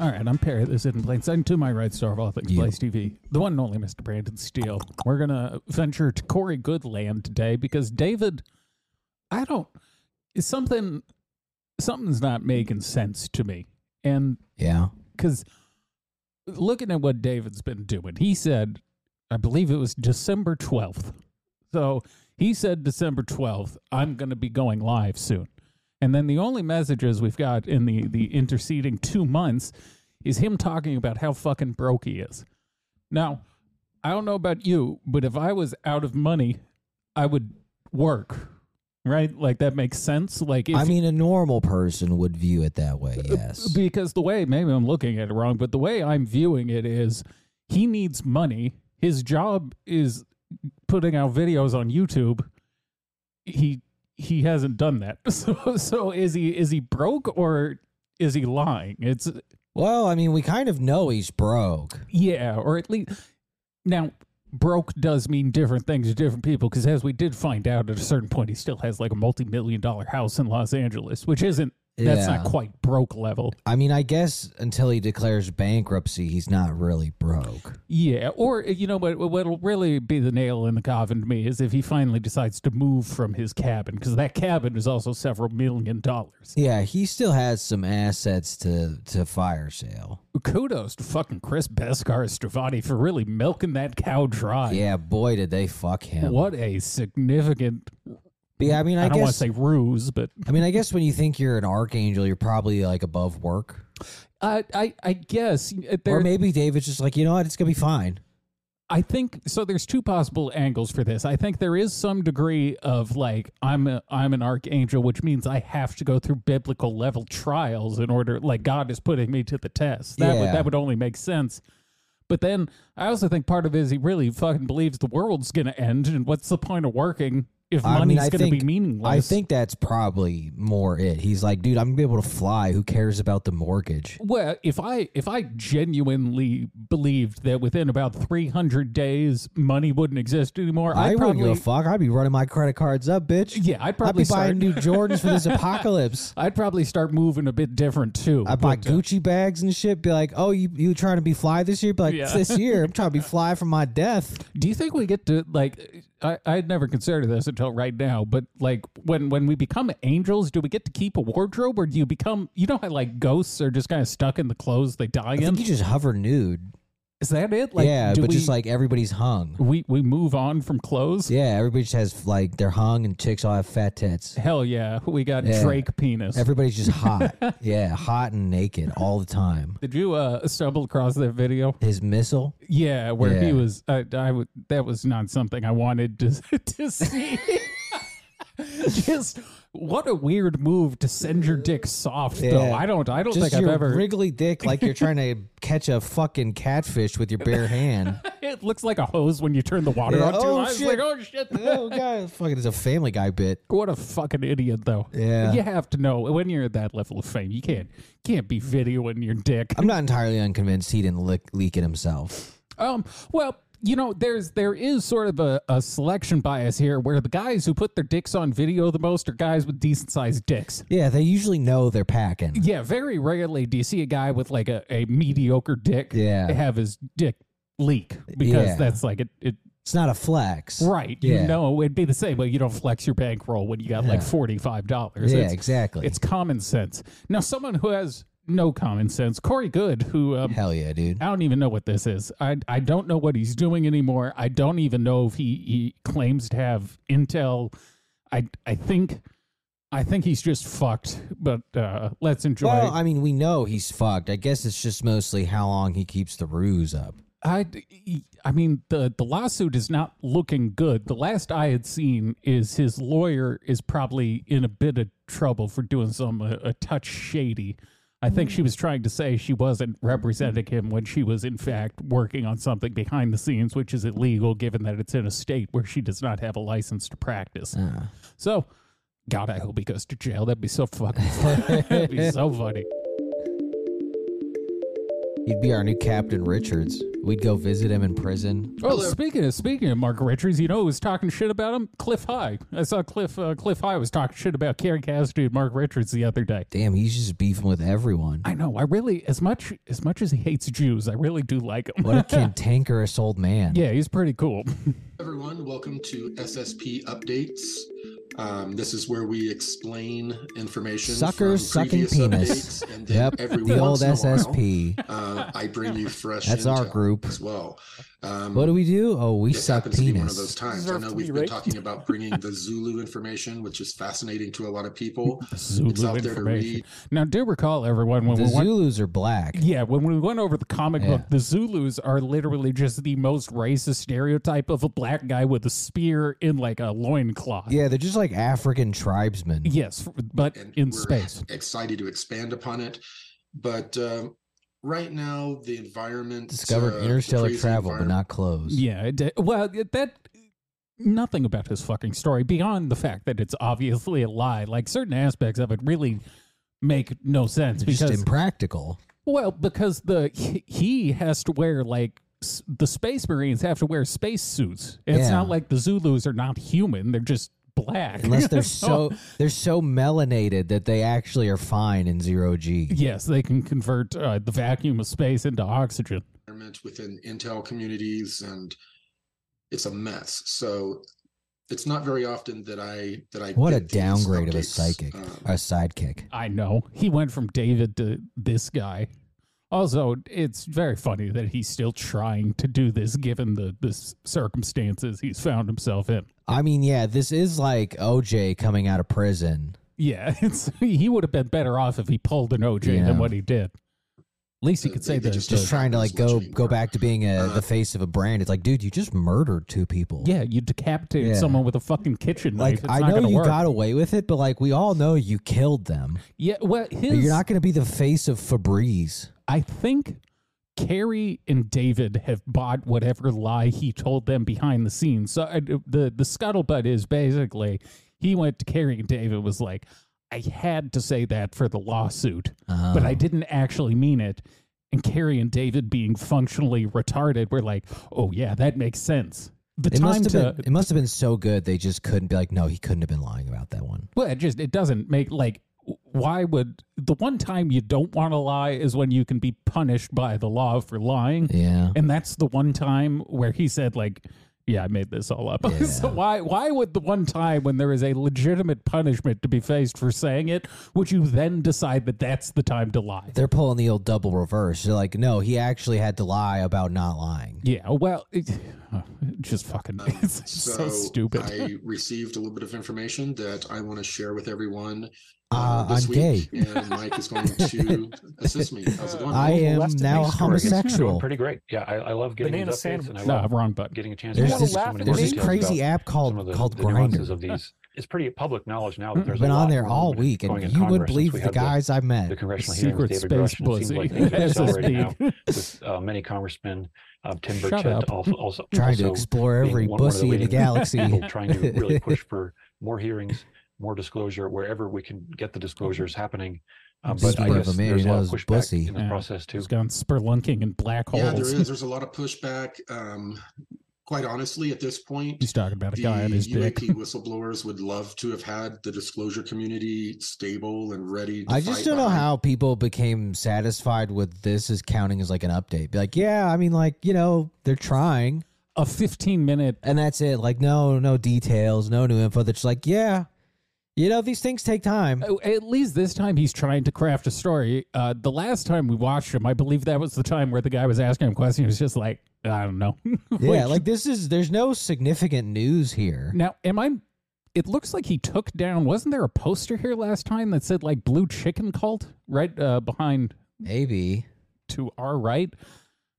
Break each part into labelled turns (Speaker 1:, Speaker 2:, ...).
Speaker 1: All right, I'm Perry. This is in plain sight. And To my right, star of all things,
Speaker 2: You.
Speaker 1: Blaze TV, the one and only Mr. Brandon Steele. We're gonna venture to Corey Goodland today because David, I don't, is something, something's not making sense to me, and
Speaker 2: Yeah.
Speaker 1: because looking at what David's been doing, he said, I believe it was December 12th. So he said, December 12th, I'm going to be going live soon. And then the only messages we've got in the, the interceding two months is him talking about how fucking broke he is. Now, I don't know about you, but if I was out of money, I would work, right? Like that makes sense. Like if Uh,
Speaker 2: I mean, a normal person would view it that way, yes.
Speaker 1: because the way maybe I'm looking at it wrong, but the way I'm viewing it is he needs money. His job is putting out videos on YouTube. He he hasn't done that. So so is he is he broke or is he lying? It's
Speaker 2: Well, I mean, we kind of know he's broke.
Speaker 1: yeah, or at least now broke does mean different things to different people because as we did find out at a certain point he still has like a multi-million dollar house in Los Angeles, which isn't that's not
Speaker 2: Yeah.
Speaker 1: quite broke level.
Speaker 2: I mean, I guess until he declares bankruptcy, he's not really broke.
Speaker 1: Yeah, or you know what? What'll really be the nail in the coffin to me is if he finally decides to move from his cabin because that cabin is also several million dollars.
Speaker 2: Yeah, he still has some assets to to fire sale.
Speaker 1: Kudos to fucking Chris Beskar Stravati for really milking that cow dry.
Speaker 2: Yeah, boy, did they fuck him.
Speaker 1: What a significant.
Speaker 2: But yeah, I mean,
Speaker 1: I,
Speaker 2: I,
Speaker 1: don't want to
Speaker 2: guess.
Speaker 1: say ruse, but
Speaker 2: I mean, I guess when you think you're an archangel, you're probably like above work.
Speaker 1: I I, I guess uh,
Speaker 2: or
Speaker 1: there.
Speaker 2: maybe David's just like, you know what, it's gonna be fine.
Speaker 1: I think so. There's two possible angles for this. I think there is some degree of like I'm a, I'm an archangel, which means I have to go through biblical level trials in order. Like God is putting me to the test. That would
Speaker 2: Yeah.
Speaker 1: that would only make sense. But then I also think part of it is he really fucking believes the world's gonna end, and what's the point of working if
Speaker 2: I
Speaker 1: money's
Speaker 2: mean, I
Speaker 1: gonna
Speaker 2: think
Speaker 1: be meaningless?
Speaker 2: I think that's probably more it. He's like, dude, I'm gonna be able to fly. Who cares about the mortgage?
Speaker 1: Well, if I if I genuinely believed that within about 300 days money wouldn't exist anymore, I'd
Speaker 2: I wouldn't
Speaker 1: probably
Speaker 2: give a fuck. I'd be running my credit cards up, bitch.
Speaker 1: yeah, I'd
Speaker 2: I'd
Speaker 1: probably
Speaker 2: be
Speaker 1: start
Speaker 2: buying new Jordans for this apocalypse.
Speaker 1: I'd probably start moving a bit different too.
Speaker 2: I buy
Speaker 1: But, uh,
Speaker 2: Gucci bags and shit. Be like, oh, you you trying to be fly this year? Be like,
Speaker 1: Yeah.
Speaker 2: this year I'm trying to be fly from my death.
Speaker 1: do you think we get to like? I I'd never considered this until right now. But like when when we become angels, do we get to keep a wardrobe, or do you become you know how like ghosts are just kind of stuck in the clothes they die
Speaker 2: I think
Speaker 1: in?
Speaker 2: you just hover nude.
Speaker 1: Is that it? Like
Speaker 2: yeah,
Speaker 1: do
Speaker 2: but
Speaker 1: we,
Speaker 2: just like everybody's hung.
Speaker 1: we we move on from clothes.
Speaker 2: Yeah, everybody just has like they're hung and chicks all have fat tits.
Speaker 1: Hell yeah, we got
Speaker 2: Yeah.
Speaker 1: Drake penis.
Speaker 2: Everybody's just hot. yeah, hot and naked all the time.
Speaker 1: Did you uh, stumble across that video?
Speaker 2: His missile.
Speaker 1: Yeah, where he
Speaker 2: Yeah.
Speaker 1: was. I, I would. That was not something I wanted to to see. Just what a weird move to send your dick soft, though.
Speaker 2: Yeah.
Speaker 1: I don't. I don't
Speaker 2: Just
Speaker 1: think I've
Speaker 2: your
Speaker 1: ever.
Speaker 2: wriggly dick like you're trying to catch a fucking catfish with your bare hand.
Speaker 1: it looks like a hose when you turn the water
Speaker 2: Yeah,
Speaker 1: on. Too.
Speaker 2: oh,
Speaker 1: I was
Speaker 2: shit.
Speaker 1: like, oh shit.
Speaker 2: oh god, fucking it's a family guy bit.
Speaker 1: What a fucking idiot, though.
Speaker 2: Yeah.
Speaker 1: you have to know when you're at that level of fame, you can't can't be videoing your dick.
Speaker 2: I'm not entirely unconvinced he didn't lick, leak it himself.
Speaker 1: Um, well, you know, there's there is sort of a, a selection bias here where the guys who put their dicks on video the most are guys with decent sized dicks.
Speaker 2: Yeah, they usually know they're packing.
Speaker 1: Yeah, very rarely do you see a guy with like a, a mediocre dick
Speaker 2: Yeah.
Speaker 1: have his dick leak because
Speaker 2: Yeah.
Speaker 1: that's like it, it
Speaker 2: It's not a flex.
Speaker 1: right.
Speaker 2: Yeah.
Speaker 1: You know, it'd be the same way you don't flex your bankroll when you got like
Speaker 2: Yeah.
Speaker 1: forty five dollars.
Speaker 2: Yeah,
Speaker 1: it's,
Speaker 2: exactly.
Speaker 1: it's common sense. Now someone who has no common sense, Corey Good, who um,
Speaker 2: Hell yeah, dude.
Speaker 1: I don't even know what this is. I I don't know what he's doing anymore. I don't even know if he, he claims to have intel. I I think I think he's just fucked. But uh, let's enjoy.
Speaker 2: Well, I mean, we know he's fucked. I guess it's just mostly how long he keeps the ruse up.
Speaker 1: I I mean the the lawsuit is not looking good. The last I had seen is his lawyer is probably in a bit of trouble for doing some a, a touch uh, shady. I think she was trying to say she wasn't representing him when she was, in fact, working on something behind the scenes, which is illegal given that it's in a state where she does not have a license to practice.
Speaker 2: Ah.
Speaker 1: So, God, I hope he goes to jail. That'd be so fucking funny. That'd be so funny.
Speaker 2: He'd be our new Captain Richards. We'd go visit him in prison.
Speaker 1: Oh, speaking of speaking of Mark Richards, you know who was talking shit about him? Cliff High. I saw Cliff uh, Cliff High was talking shit about Karen Cassidy and Mark Richards the other day.
Speaker 2: Damn, he's just beefing with everyone.
Speaker 1: I know. I really, as much as much as he hates Jews, I really do like him.
Speaker 2: What a cantankerous old man.
Speaker 1: Yeah, he's pretty cool.
Speaker 3: everyone. Welcome to SSP Updates. Um, this is where we explain information.
Speaker 2: Suckers
Speaker 3: from
Speaker 2: sucking
Speaker 3: previous
Speaker 2: penis.
Speaker 3: Updates, and then
Speaker 2: Yep,
Speaker 3: every
Speaker 2: the old
Speaker 3: once in a while,
Speaker 2: SSP.
Speaker 3: uh, I bring you fresh.
Speaker 2: That's our
Speaker 3: intel
Speaker 2: group.
Speaker 3: as well. Um,
Speaker 2: What do we do? Oh, we
Speaker 3: this
Speaker 2: suck
Speaker 3: happens to be one of
Speaker 2: penis.
Speaker 3: those times. I
Speaker 4: Deserve
Speaker 3: know
Speaker 4: to
Speaker 3: we've
Speaker 4: be
Speaker 3: been
Speaker 4: raped.
Speaker 3: talking about bringing the Zulu information, which is fascinating to a lot of people. It's
Speaker 1: Zulu
Speaker 3: out there to
Speaker 1: information.
Speaker 3: read.
Speaker 1: Now, do recall everyone when
Speaker 2: The
Speaker 1: we went,
Speaker 2: Zulus are black.
Speaker 1: yeah, when we went over the comic book,
Speaker 2: Yeah.
Speaker 1: the Zulus are literally just the most racist stereotype of a black guy with a spear in like a loincloth.
Speaker 2: Yeah, they're just like African tribesmen.
Speaker 1: Yes, but
Speaker 3: and
Speaker 1: in
Speaker 3: we're
Speaker 1: space.
Speaker 3: Excited to expand upon it, but um, right now the environment
Speaker 2: Discovered
Speaker 3: uh, the
Speaker 2: interstellar
Speaker 3: crazy
Speaker 2: travel, but
Speaker 3: environment-
Speaker 2: not clothes.
Speaker 1: Yeah, it, did- well, it- that nothing about his fucking story beyond the fact that it's obviously a lie. Like certain aspects of it really make no sense
Speaker 2: They're just
Speaker 1: because
Speaker 2: impractical.
Speaker 1: well, because the he- he has to wear like s- the space marines have to wear space suits. It's
Speaker 2: Yeah.
Speaker 1: not like the Zulus are not human; they're just black.
Speaker 2: Unless they're so they're so melanated that they actually are fine in zero G.
Speaker 1: yes, they can convert uh, the vacuum of space into oxygen.
Speaker 3: environment within intel communities and it's a mess so it's not very often that i that i
Speaker 2: What a
Speaker 3: get these
Speaker 2: downgrade of a
Speaker 3: updates.
Speaker 2: psychic.
Speaker 3: Um,
Speaker 2: A sidekick.
Speaker 1: I know. He went from David to this guy. Also, it's very funny that he's still trying to do this given the, the s- circumstances he's found himself in.
Speaker 2: I mean, yeah, this is like OJ coming out of prison.
Speaker 1: Yeah, it's he would have been better off if he pulled an OJ
Speaker 2: Yeah.
Speaker 1: than what he did. At least he
Speaker 3: Uh,
Speaker 1: could
Speaker 3: they-
Speaker 1: say
Speaker 3: they
Speaker 1: that.
Speaker 3: just
Speaker 2: Just
Speaker 3: Yeah.
Speaker 1: the-
Speaker 2: trying to like go
Speaker 3: Watching.
Speaker 2: go back to being a,
Speaker 3: Uh,
Speaker 2: the face of a brand. It's like, dude, you just murdered two people.
Speaker 1: yeah, you decapitated
Speaker 2: Yeah.
Speaker 1: someone with a fucking kitchen knife.
Speaker 2: Like
Speaker 1: It's
Speaker 2: I
Speaker 1: not
Speaker 2: know
Speaker 1: gonna
Speaker 2: you
Speaker 1: work.
Speaker 2: got away with it, but like we all know you killed them.
Speaker 1: Yeah, well, his
Speaker 2: But you're not going to be the face of Febreze.
Speaker 1: I think Carrie and David have bought whatever lie he told them behind the scenes. So I, the the scuttlebutt is basically he went to Carrie and David was like, I had to say that for the lawsuit,
Speaker 2: Uh,
Speaker 1: but I didn't actually mean it. And Carrie and David being functionally retarded were like, oh yeah, that makes sense. The
Speaker 2: It
Speaker 1: time
Speaker 2: must,
Speaker 1: to
Speaker 2: have been, it must have been so good they just couldn't be like, no, he couldn't have been lying about that one.
Speaker 1: Well, it just it doesn't make like why would the one time you don't want to lie is when you can be punished by the law for lying.
Speaker 2: Yeah.
Speaker 1: And that's the one time where he said, like, yeah, I made this all up. so why why would the one time when there is a legitimate punishment to be faced for saying it, would you then decide that that's the time to lie?
Speaker 2: They're pulling the old double reverse. They're like, no, he actually had to lie about not lying.
Speaker 1: Yeah, well, it, just fucking
Speaker 5: Uh,
Speaker 1: it's so, stupid.
Speaker 3: i received a little bit of information that i want to share with everyone
Speaker 2: Uh,
Speaker 3: this
Speaker 2: I'm
Speaker 3: week,
Speaker 2: gay.
Speaker 3: and mike is going to assist me how's it going
Speaker 2: I
Speaker 3: Mike?
Speaker 2: am
Speaker 4: Left and
Speaker 2: now
Speaker 4: right story. It's
Speaker 2: homosexual.
Speaker 5: Doing pretty great. Yeah, I, I love getting
Speaker 4: Banana
Speaker 5: these updates, and I
Speaker 4: sandwich.
Speaker 1: no,
Speaker 5: love
Speaker 1: wrong button.
Speaker 5: getting a chance.
Speaker 2: There's
Speaker 5: to
Speaker 2: this-
Speaker 5: so many
Speaker 4: there's
Speaker 5: more
Speaker 4: this
Speaker 5: details
Speaker 2: crazy
Speaker 5: about
Speaker 2: app called-
Speaker 5: some of the,
Speaker 2: called
Speaker 5: the nuances
Speaker 2: Grindr.
Speaker 5: Of these, it's pretty public knowledge now. That
Speaker 2: I've
Speaker 5: there's
Speaker 2: been
Speaker 5: a lot
Speaker 2: on there
Speaker 5: more
Speaker 2: all
Speaker 5: movement
Speaker 2: week,
Speaker 5: going
Speaker 2: and
Speaker 5: in
Speaker 2: you would
Speaker 5: Congress since
Speaker 2: believe
Speaker 5: we
Speaker 2: the
Speaker 5: had
Speaker 2: guys I met.
Speaker 5: The congressional hearing with
Speaker 1: Secret
Speaker 5: David
Speaker 1: space
Speaker 5: Grush, and it seems
Speaker 1: pussy.
Speaker 5: like things are accelerating now
Speaker 1: SSD.
Speaker 5: with uh, many congressmen. Uh, Tim
Speaker 1: Shut
Speaker 5: Burchett
Speaker 1: up.
Speaker 5: also, also
Speaker 2: trying to
Speaker 5: also
Speaker 2: explore
Speaker 5: being
Speaker 2: every
Speaker 5: one- one of
Speaker 2: pussy in the
Speaker 5: leading
Speaker 2: galaxy.
Speaker 5: people trying to really push for more hearings, more disclosure, wherever we can get the disclosures happening. Um, but I
Speaker 2: Speaking of
Speaker 5: guess
Speaker 2: a man
Speaker 5: there's
Speaker 2: who
Speaker 5: a lot of
Speaker 2: knows
Speaker 5: pushback
Speaker 2: pussy.
Speaker 5: in the
Speaker 1: Yeah.
Speaker 5: process too.
Speaker 1: He's gone spelunking in black holes.
Speaker 3: yeah there is there's a lot of pushback um quite honestly at this point
Speaker 1: He's talking about a
Speaker 3: the
Speaker 1: guy and his dick.
Speaker 3: UAP whistleblowers would love to have had the disclosure community stable and ready. To
Speaker 2: I just
Speaker 3: fight
Speaker 2: don't know
Speaker 3: behind
Speaker 2: how people became satisfied with this as counting as like an update. Be like, yeah, I mean, like you know, they're trying,
Speaker 1: A 15 minute
Speaker 2: and that's it. Like, no, no details, no new info. That's like, yeah, you know, these things take time.
Speaker 1: Oh, At least this time he's trying to craft a story. Uh, the last time we watched him, I believe that was the time where the guy was asking him questions. He was just like, I don't know.
Speaker 2: Yeah, like this is there's no significant news here.
Speaker 1: now, am I? It looks like he took down. Wasn't there a poster here last time that said like "Blue Chicken Cult" right uh, behind
Speaker 2: Maybe
Speaker 1: to our right?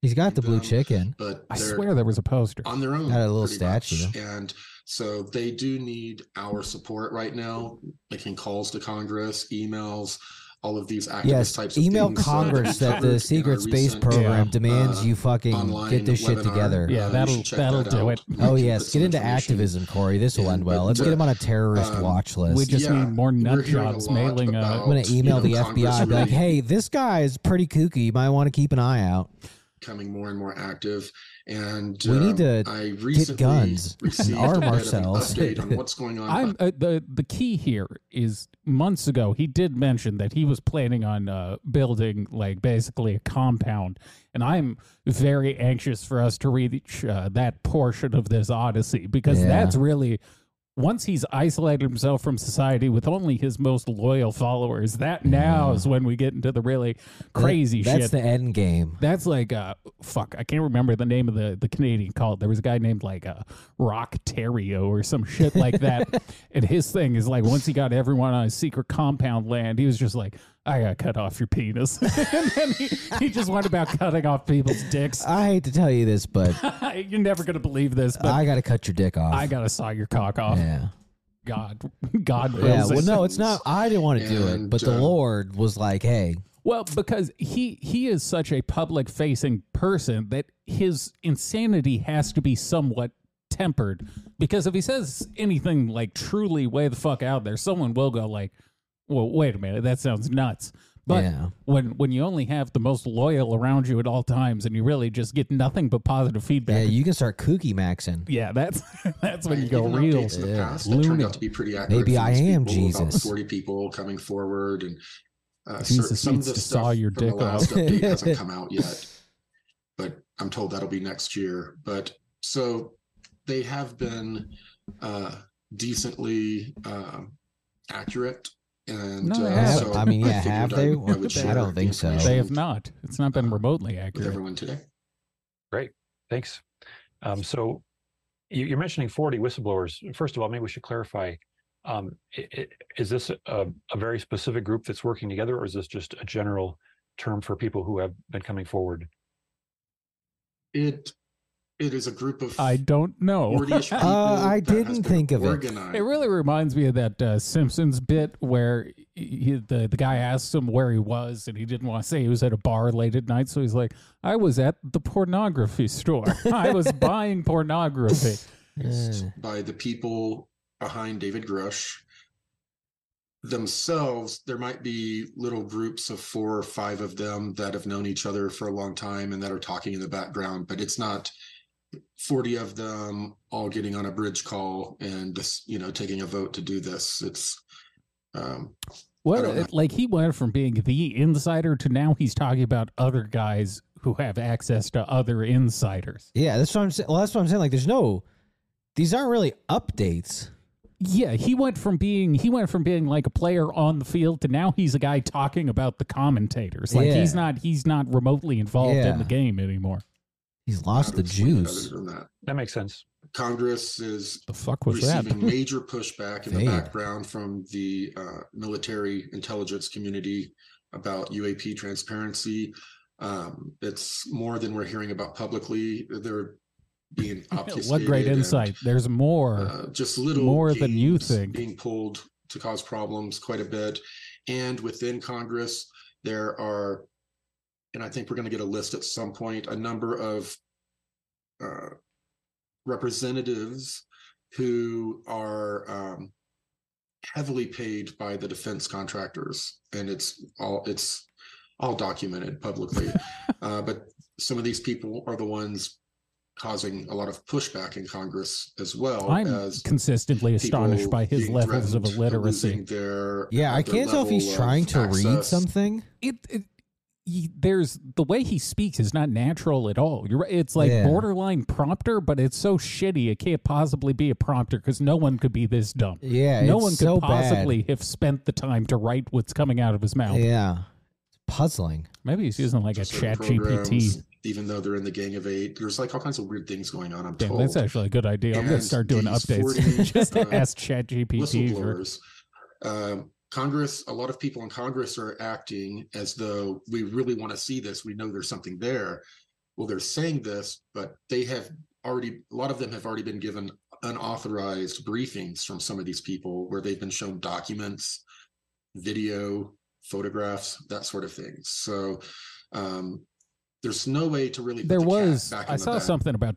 Speaker 2: he's got the blue
Speaker 3: Um,
Speaker 2: chicken.
Speaker 3: But
Speaker 1: I
Speaker 3: they're
Speaker 1: swear there was a poster.
Speaker 3: on their own.
Speaker 2: Got a little
Speaker 3: pretty much.
Speaker 2: statue.
Speaker 3: and so they do need our support right now, making calls to Congress, emails. all of these activist
Speaker 2: Yes,
Speaker 3: types of
Speaker 2: email
Speaker 3: things that
Speaker 2: Congress
Speaker 3: we
Speaker 2: that
Speaker 3: covered in
Speaker 2: the
Speaker 3: our
Speaker 2: secret space
Speaker 3: recent,
Speaker 2: program
Speaker 1: uh,
Speaker 2: demands you fucking
Speaker 3: online
Speaker 2: get this shit
Speaker 3: webinar. Uh,
Speaker 2: together.
Speaker 1: Yeah,
Speaker 3: you
Speaker 1: that'll-
Speaker 3: should check
Speaker 1: that'll do
Speaker 3: out.
Speaker 1: it.
Speaker 3: We
Speaker 2: Oh
Speaker 3: can
Speaker 2: yes,
Speaker 3: put
Speaker 2: get
Speaker 3: some
Speaker 2: into
Speaker 3: information.
Speaker 2: activism, Corey. This will
Speaker 3: in,
Speaker 2: end
Speaker 3: but
Speaker 2: well. Let's
Speaker 3: the-
Speaker 2: get him on a terrorist
Speaker 3: um,
Speaker 2: watch list.
Speaker 1: We just
Speaker 3: Yeah,
Speaker 1: need more
Speaker 3: we're
Speaker 1: nut
Speaker 3: hearing a
Speaker 1: jobs
Speaker 3: lot
Speaker 1: mailing.
Speaker 3: about-
Speaker 1: Uh,
Speaker 2: I'm gonna
Speaker 3: you
Speaker 2: email
Speaker 3: know,
Speaker 2: the
Speaker 3: Congress
Speaker 2: FBI. Be like,
Speaker 3: really-
Speaker 2: hey, this guy is pretty kooky. You might want to keep an eye out.
Speaker 3: Becoming more and more active, and
Speaker 2: We need to
Speaker 3: um, I recently
Speaker 2: guns and
Speaker 3: received a
Speaker 2: arm
Speaker 3: bit of an
Speaker 2: ourselves.
Speaker 3: update on what's going on.
Speaker 1: I'm uh, the the key here is months ago he did mention that he was planning on uh, building like basically a compound, and I'm very anxious for us to reach uh, that portion of this odyssey because
Speaker 2: Yeah.
Speaker 1: that's really once he's isolated himself from society with only his most loyal followers. That now
Speaker 2: Yeah.
Speaker 1: is when we get into the really crazy
Speaker 2: That- That's
Speaker 1: shit.
Speaker 2: the end game.
Speaker 1: That's like uh fuck, I can't remember the name of the the Canadian cult. There was a guy named like uh Rock Terrio or some shit like that. and his thing is like once he got everyone on his secret compound land, he was just like, I gotta cut off your penis. and then he, he just went about cutting off people's dicks.
Speaker 2: I hate to tell you this, but
Speaker 1: You're never gonna believe this, but
Speaker 2: I got to cut your dick off.
Speaker 1: I gotta saw your cock off.
Speaker 2: yeah.
Speaker 1: God God
Speaker 2: Yeah,
Speaker 1: wills
Speaker 2: well,
Speaker 1: it.
Speaker 2: no, it's not. I didn't want to do it,
Speaker 3: And,
Speaker 2: but
Speaker 1: um,
Speaker 2: the
Speaker 3: uh,
Speaker 2: Lord was like, "Hey,
Speaker 1: Well, because he he is such a public facing person that his insanity has to be somewhat tempered. Because if he says anything like truly way the fuck out there, someone will go like, "Well, wait a minute, that sounds nuts." But
Speaker 2: Yeah.
Speaker 1: when when you only have the most loyal around you at all times, and you really just get nothing but positive
Speaker 2: yeah,
Speaker 1: feedback, yeah,
Speaker 2: you can start kooky maxing."
Speaker 1: that's that's when
Speaker 3: I
Speaker 1: you go
Speaker 3: even
Speaker 1: real.
Speaker 3: updates in the
Speaker 2: Yeah.
Speaker 3: past that turned
Speaker 1: Loony.
Speaker 3: out to be pretty accurate.
Speaker 2: Maybe
Speaker 3: for
Speaker 2: I
Speaker 3: these
Speaker 2: am
Speaker 3: people, about
Speaker 2: Jesus.
Speaker 3: Forty people coming forward, and uh, cer-
Speaker 1: Jesus
Speaker 3: some of
Speaker 1: needs
Speaker 3: the
Speaker 1: to
Speaker 3: stuff
Speaker 1: saw your
Speaker 3: from
Speaker 1: dick
Speaker 3: the last
Speaker 2: off.
Speaker 3: update hasn't come out yet, but I'm told that'll be next year. But so they have been uh, decently um accurate. And
Speaker 1: No, they
Speaker 3: uh,
Speaker 1: haven't.
Speaker 3: so
Speaker 2: I mean, yeah,
Speaker 3: figured
Speaker 2: have
Speaker 3: I
Speaker 2: they?
Speaker 3: would- I, would
Speaker 2: I
Speaker 3: share
Speaker 2: don't
Speaker 3: the
Speaker 2: think so.
Speaker 3: information
Speaker 1: They have not. It's not been remotely
Speaker 3: with
Speaker 1: accurate.
Speaker 3: everyone today.
Speaker 5: Thanks. Um, so you, you're mentioning 40 whistleblowers. First of all, maybe we should clarify. Um, i- i- is this a, a very specific group that's working together, or is this just a general term for people who have been coming forward?
Speaker 3: It it is a group of
Speaker 1: I don't know.
Speaker 3: 40-ish people
Speaker 2: Uh, I
Speaker 3: that has
Speaker 2: didn't
Speaker 3: been
Speaker 2: think of it.
Speaker 3: organized.
Speaker 1: It really reminds me of that uh, Simpsons bit where he, the the guy asked him where he was, and he didn't want to say he was at a bar late at night. So he's like, "I was at the pornography store. I was buying pornography."
Speaker 3: organized
Speaker 2: Yeah.
Speaker 3: by the people behind David Grush themselves. There might be little groups of four or five of them that have known each other for a long time and that are talking in the background, but it's not 40 of them all getting on a bridge call and just, you know, taking a vote to do this. It's, um,
Speaker 1: What
Speaker 3: I don't know.
Speaker 1: like he went from being the insider to now he's talking about other guys who have access to other insiders.
Speaker 2: Yeah, that's what I'm saying. Well, that's what I'm saying. Like, there's no, these aren't really updates.
Speaker 1: Yeah, he went from being he went from being like a player on the field to now he's a guy talking about the commentators. Like
Speaker 2: Yeah.
Speaker 1: he's not he's not remotely involved
Speaker 2: Yeah.
Speaker 1: in the game anymore.
Speaker 2: He's lost the
Speaker 3: I would say
Speaker 2: juice.
Speaker 3: Other than that,
Speaker 5: That makes sense.
Speaker 3: Congress is
Speaker 1: The fuck was that?
Speaker 3: receiving major pushback in the
Speaker 2: Damn.
Speaker 3: background from the uh, military intelligence community about UAP transparency. Um, it's more than we're hearing about publicly. They're being obfuscated.
Speaker 1: what great
Speaker 3: and,
Speaker 1: insight. There's more.
Speaker 3: uh, just little
Speaker 1: more than you
Speaker 3: games
Speaker 1: think.
Speaker 3: being pulled to cause problems quite a bit. And within Congress, there are, and I think we're going to get a list at some point, a number of uh, representatives who are um, heavily paid by the defense contractors, and it's all it's all documented publicly. uh, but some of these people are the ones causing a lot of pushback in Congress as well
Speaker 1: I'm
Speaker 3: as
Speaker 1: consistently astonished
Speaker 3: people
Speaker 1: by his
Speaker 3: being
Speaker 1: levels of
Speaker 3: threatened for
Speaker 1: illiteracy.
Speaker 3: losing Their, uh,
Speaker 2: Yeah, I
Speaker 3: their
Speaker 2: can't tell if he's
Speaker 3: level
Speaker 2: trying
Speaker 3: of
Speaker 2: to read
Speaker 3: access.
Speaker 2: something.
Speaker 1: It, it he, there's the way he speaks is not natural at all. You're right. It's like
Speaker 2: Yeah.
Speaker 1: borderline prompter, but it's so shitty it can't possibly be a prompter because no one could be this dumb.
Speaker 2: Yeah,
Speaker 1: no
Speaker 2: it's
Speaker 1: one could
Speaker 2: so bad.
Speaker 1: possibly have spent the time to write what's coming out of his mouth.
Speaker 2: Yeah, it's puzzling.
Speaker 1: Maybe he's using like a
Speaker 3: Certain
Speaker 1: chat
Speaker 3: programs,
Speaker 1: GPT.
Speaker 3: Even though they're in the gang of eight, there's like all kinds of weird things going on. I'm
Speaker 1: Damn,
Speaker 3: told.
Speaker 1: that's actually a good idea. I'm gonna
Speaker 3: And
Speaker 1: start doing
Speaker 3: these
Speaker 1: updates.
Speaker 3: 40,
Speaker 1: Just
Speaker 3: uh,
Speaker 1: ask Chat GPT for
Speaker 3: whistleblowers. Um, Congress, a lot of people in Congress are acting as though we really want to see this. We know there's something there. Well, they're saying this, but they have already, a lot of them have already been given unauthorized briefings from some of these people where they've been shown documents, video, photographs, that sort of thing. So um, there's no way to really. put
Speaker 1: there
Speaker 3: the cat
Speaker 1: was
Speaker 3: back
Speaker 1: i
Speaker 3: in the
Speaker 1: saw
Speaker 3: bag.
Speaker 1: something about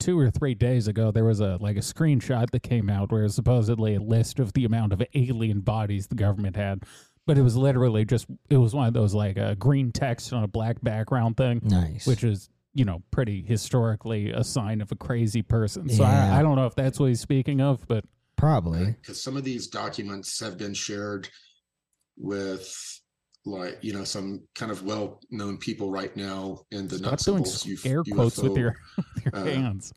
Speaker 1: two or three days ago there was a like a screenshot that came out where it was supposedly a list of the amount of alien bodies the government had but it was literally just it was one of those like a green text on a black background thing
Speaker 2: Nice.
Speaker 1: which is you know pretty historically a sign of a crazy person so
Speaker 2: Yeah.
Speaker 1: I, I don't know if that's what he's speaking of but
Speaker 2: probably.
Speaker 3: because some of these documents have been shared with like you know some kind of well-known people right now in the
Speaker 1: stop
Speaker 3: nuts
Speaker 1: doing
Speaker 3: and
Speaker 1: s-
Speaker 3: bolts uf-
Speaker 1: air quotes with
Speaker 3: UFO
Speaker 1: your, with your
Speaker 3: uh,
Speaker 1: hands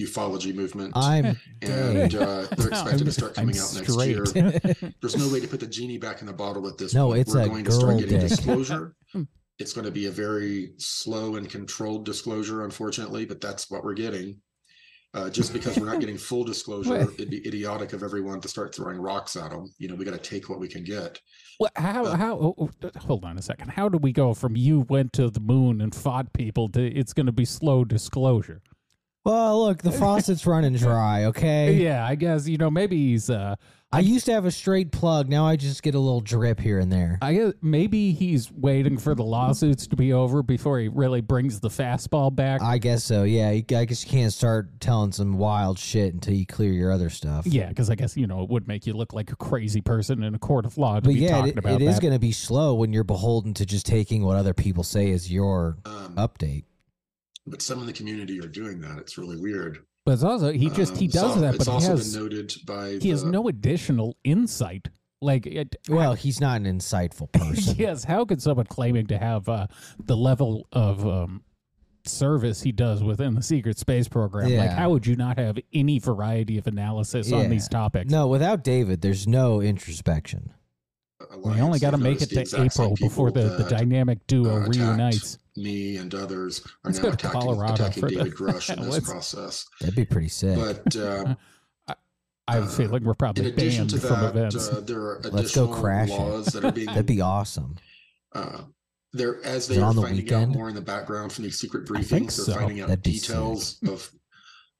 Speaker 3: ufology movement
Speaker 2: I'm
Speaker 3: and uh,
Speaker 1: No,
Speaker 3: they're expected
Speaker 1: I'm-
Speaker 3: to start coming
Speaker 1: I'm
Speaker 3: out next year there's no way to put the genie back in the bottle at this
Speaker 2: No,
Speaker 3: point.
Speaker 2: it's
Speaker 3: We're
Speaker 2: a
Speaker 3: going to start
Speaker 2: girl
Speaker 3: getting
Speaker 2: dick.
Speaker 3: disclosure. it's going to be a very slow and controlled disclosure, unfortunately, but that's what we're getting. Uh, just because we're not getting full disclosure,
Speaker 1: Well-
Speaker 3: it'd be idiotic of everyone to start throwing rocks at them. You know, we got to take what we can get.
Speaker 1: Well, how
Speaker 3: Uh,
Speaker 1: how oh, oh, hold on a second. How do we go from you went to the moon and fought people to it's going to be slow disclosure?
Speaker 2: well, look, the faucet's running dry. Okay,
Speaker 1: Yeah, I guess you know maybe he's uh
Speaker 2: I used to have a straight plug. Now I just get a little drip here and there.
Speaker 1: I guess maybe he's waiting for the lawsuits to be over before he really brings the fastball back.
Speaker 2: I guess so. Yeah, you- I guess you can't start telling some wild shit until you clear your other stuff.
Speaker 1: yeah, because I guess you know it would make you look like a crazy person in a court of law to
Speaker 2: but
Speaker 1: be
Speaker 2: yeah,
Speaker 1: talking
Speaker 2: it,
Speaker 1: about
Speaker 2: it is
Speaker 1: that.
Speaker 2: going to be slow when you're beholden to just taking what other people say as your
Speaker 3: Um,
Speaker 2: update.
Speaker 3: But some in the community are doing that. It's really weird.
Speaker 1: but it's also he just he
Speaker 3: Um, it's
Speaker 1: does
Speaker 3: al-
Speaker 1: that,
Speaker 3: It's
Speaker 1: but he
Speaker 3: also
Speaker 1: has
Speaker 3: been noted by
Speaker 1: he has
Speaker 3: the-
Speaker 1: no additional insight. Like it,
Speaker 2: Well, he's not an insightful person.
Speaker 1: yes, how could someone claiming to have uh, the level of um, service he does within the secret space program, like
Speaker 2: Yeah.
Speaker 1: how would you not have any variety of analysis
Speaker 2: Yeah.
Speaker 1: on these topics?
Speaker 2: No, without David, there's no introspection.
Speaker 1: we
Speaker 3: alliance
Speaker 1: only got to
Speaker 3: because
Speaker 1: make it
Speaker 3: the
Speaker 1: to
Speaker 3: exact same
Speaker 1: April before the,
Speaker 3: people
Speaker 1: the
Speaker 3: that
Speaker 1: dynamic duo
Speaker 3: uh, attacked
Speaker 1: reunites.
Speaker 3: Me and others are
Speaker 1: Let's
Speaker 3: now
Speaker 1: go to
Speaker 3: attacking,
Speaker 1: Colorado
Speaker 3: attacking
Speaker 1: for the-
Speaker 3: David Grush in this
Speaker 1: Let's-
Speaker 3: process.
Speaker 2: That'd be pretty sick.
Speaker 3: But um,
Speaker 1: I have a
Speaker 3: uh,
Speaker 1: feeling we're
Speaker 3: in
Speaker 1: probably
Speaker 3: addition
Speaker 1: banned
Speaker 3: to
Speaker 1: from
Speaker 3: that,
Speaker 1: events.
Speaker 3: uh, there are
Speaker 2: Let's go
Speaker 3: additional
Speaker 2: crash it.
Speaker 3: laws that are being
Speaker 2: That'd be awesome.
Speaker 3: uh, they're as
Speaker 2: Is
Speaker 3: they
Speaker 2: it
Speaker 3: are
Speaker 2: on the
Speaker 3: finding out
Speaker 2: weekend?
Speaker 3: more in the background from these secret
Speaker 1: I think
Speaker 3: briefings. They're
Speaker 1: so.
Speaker 3: finding out
Speaker 2: That'd be sick.
Speaker 3: details of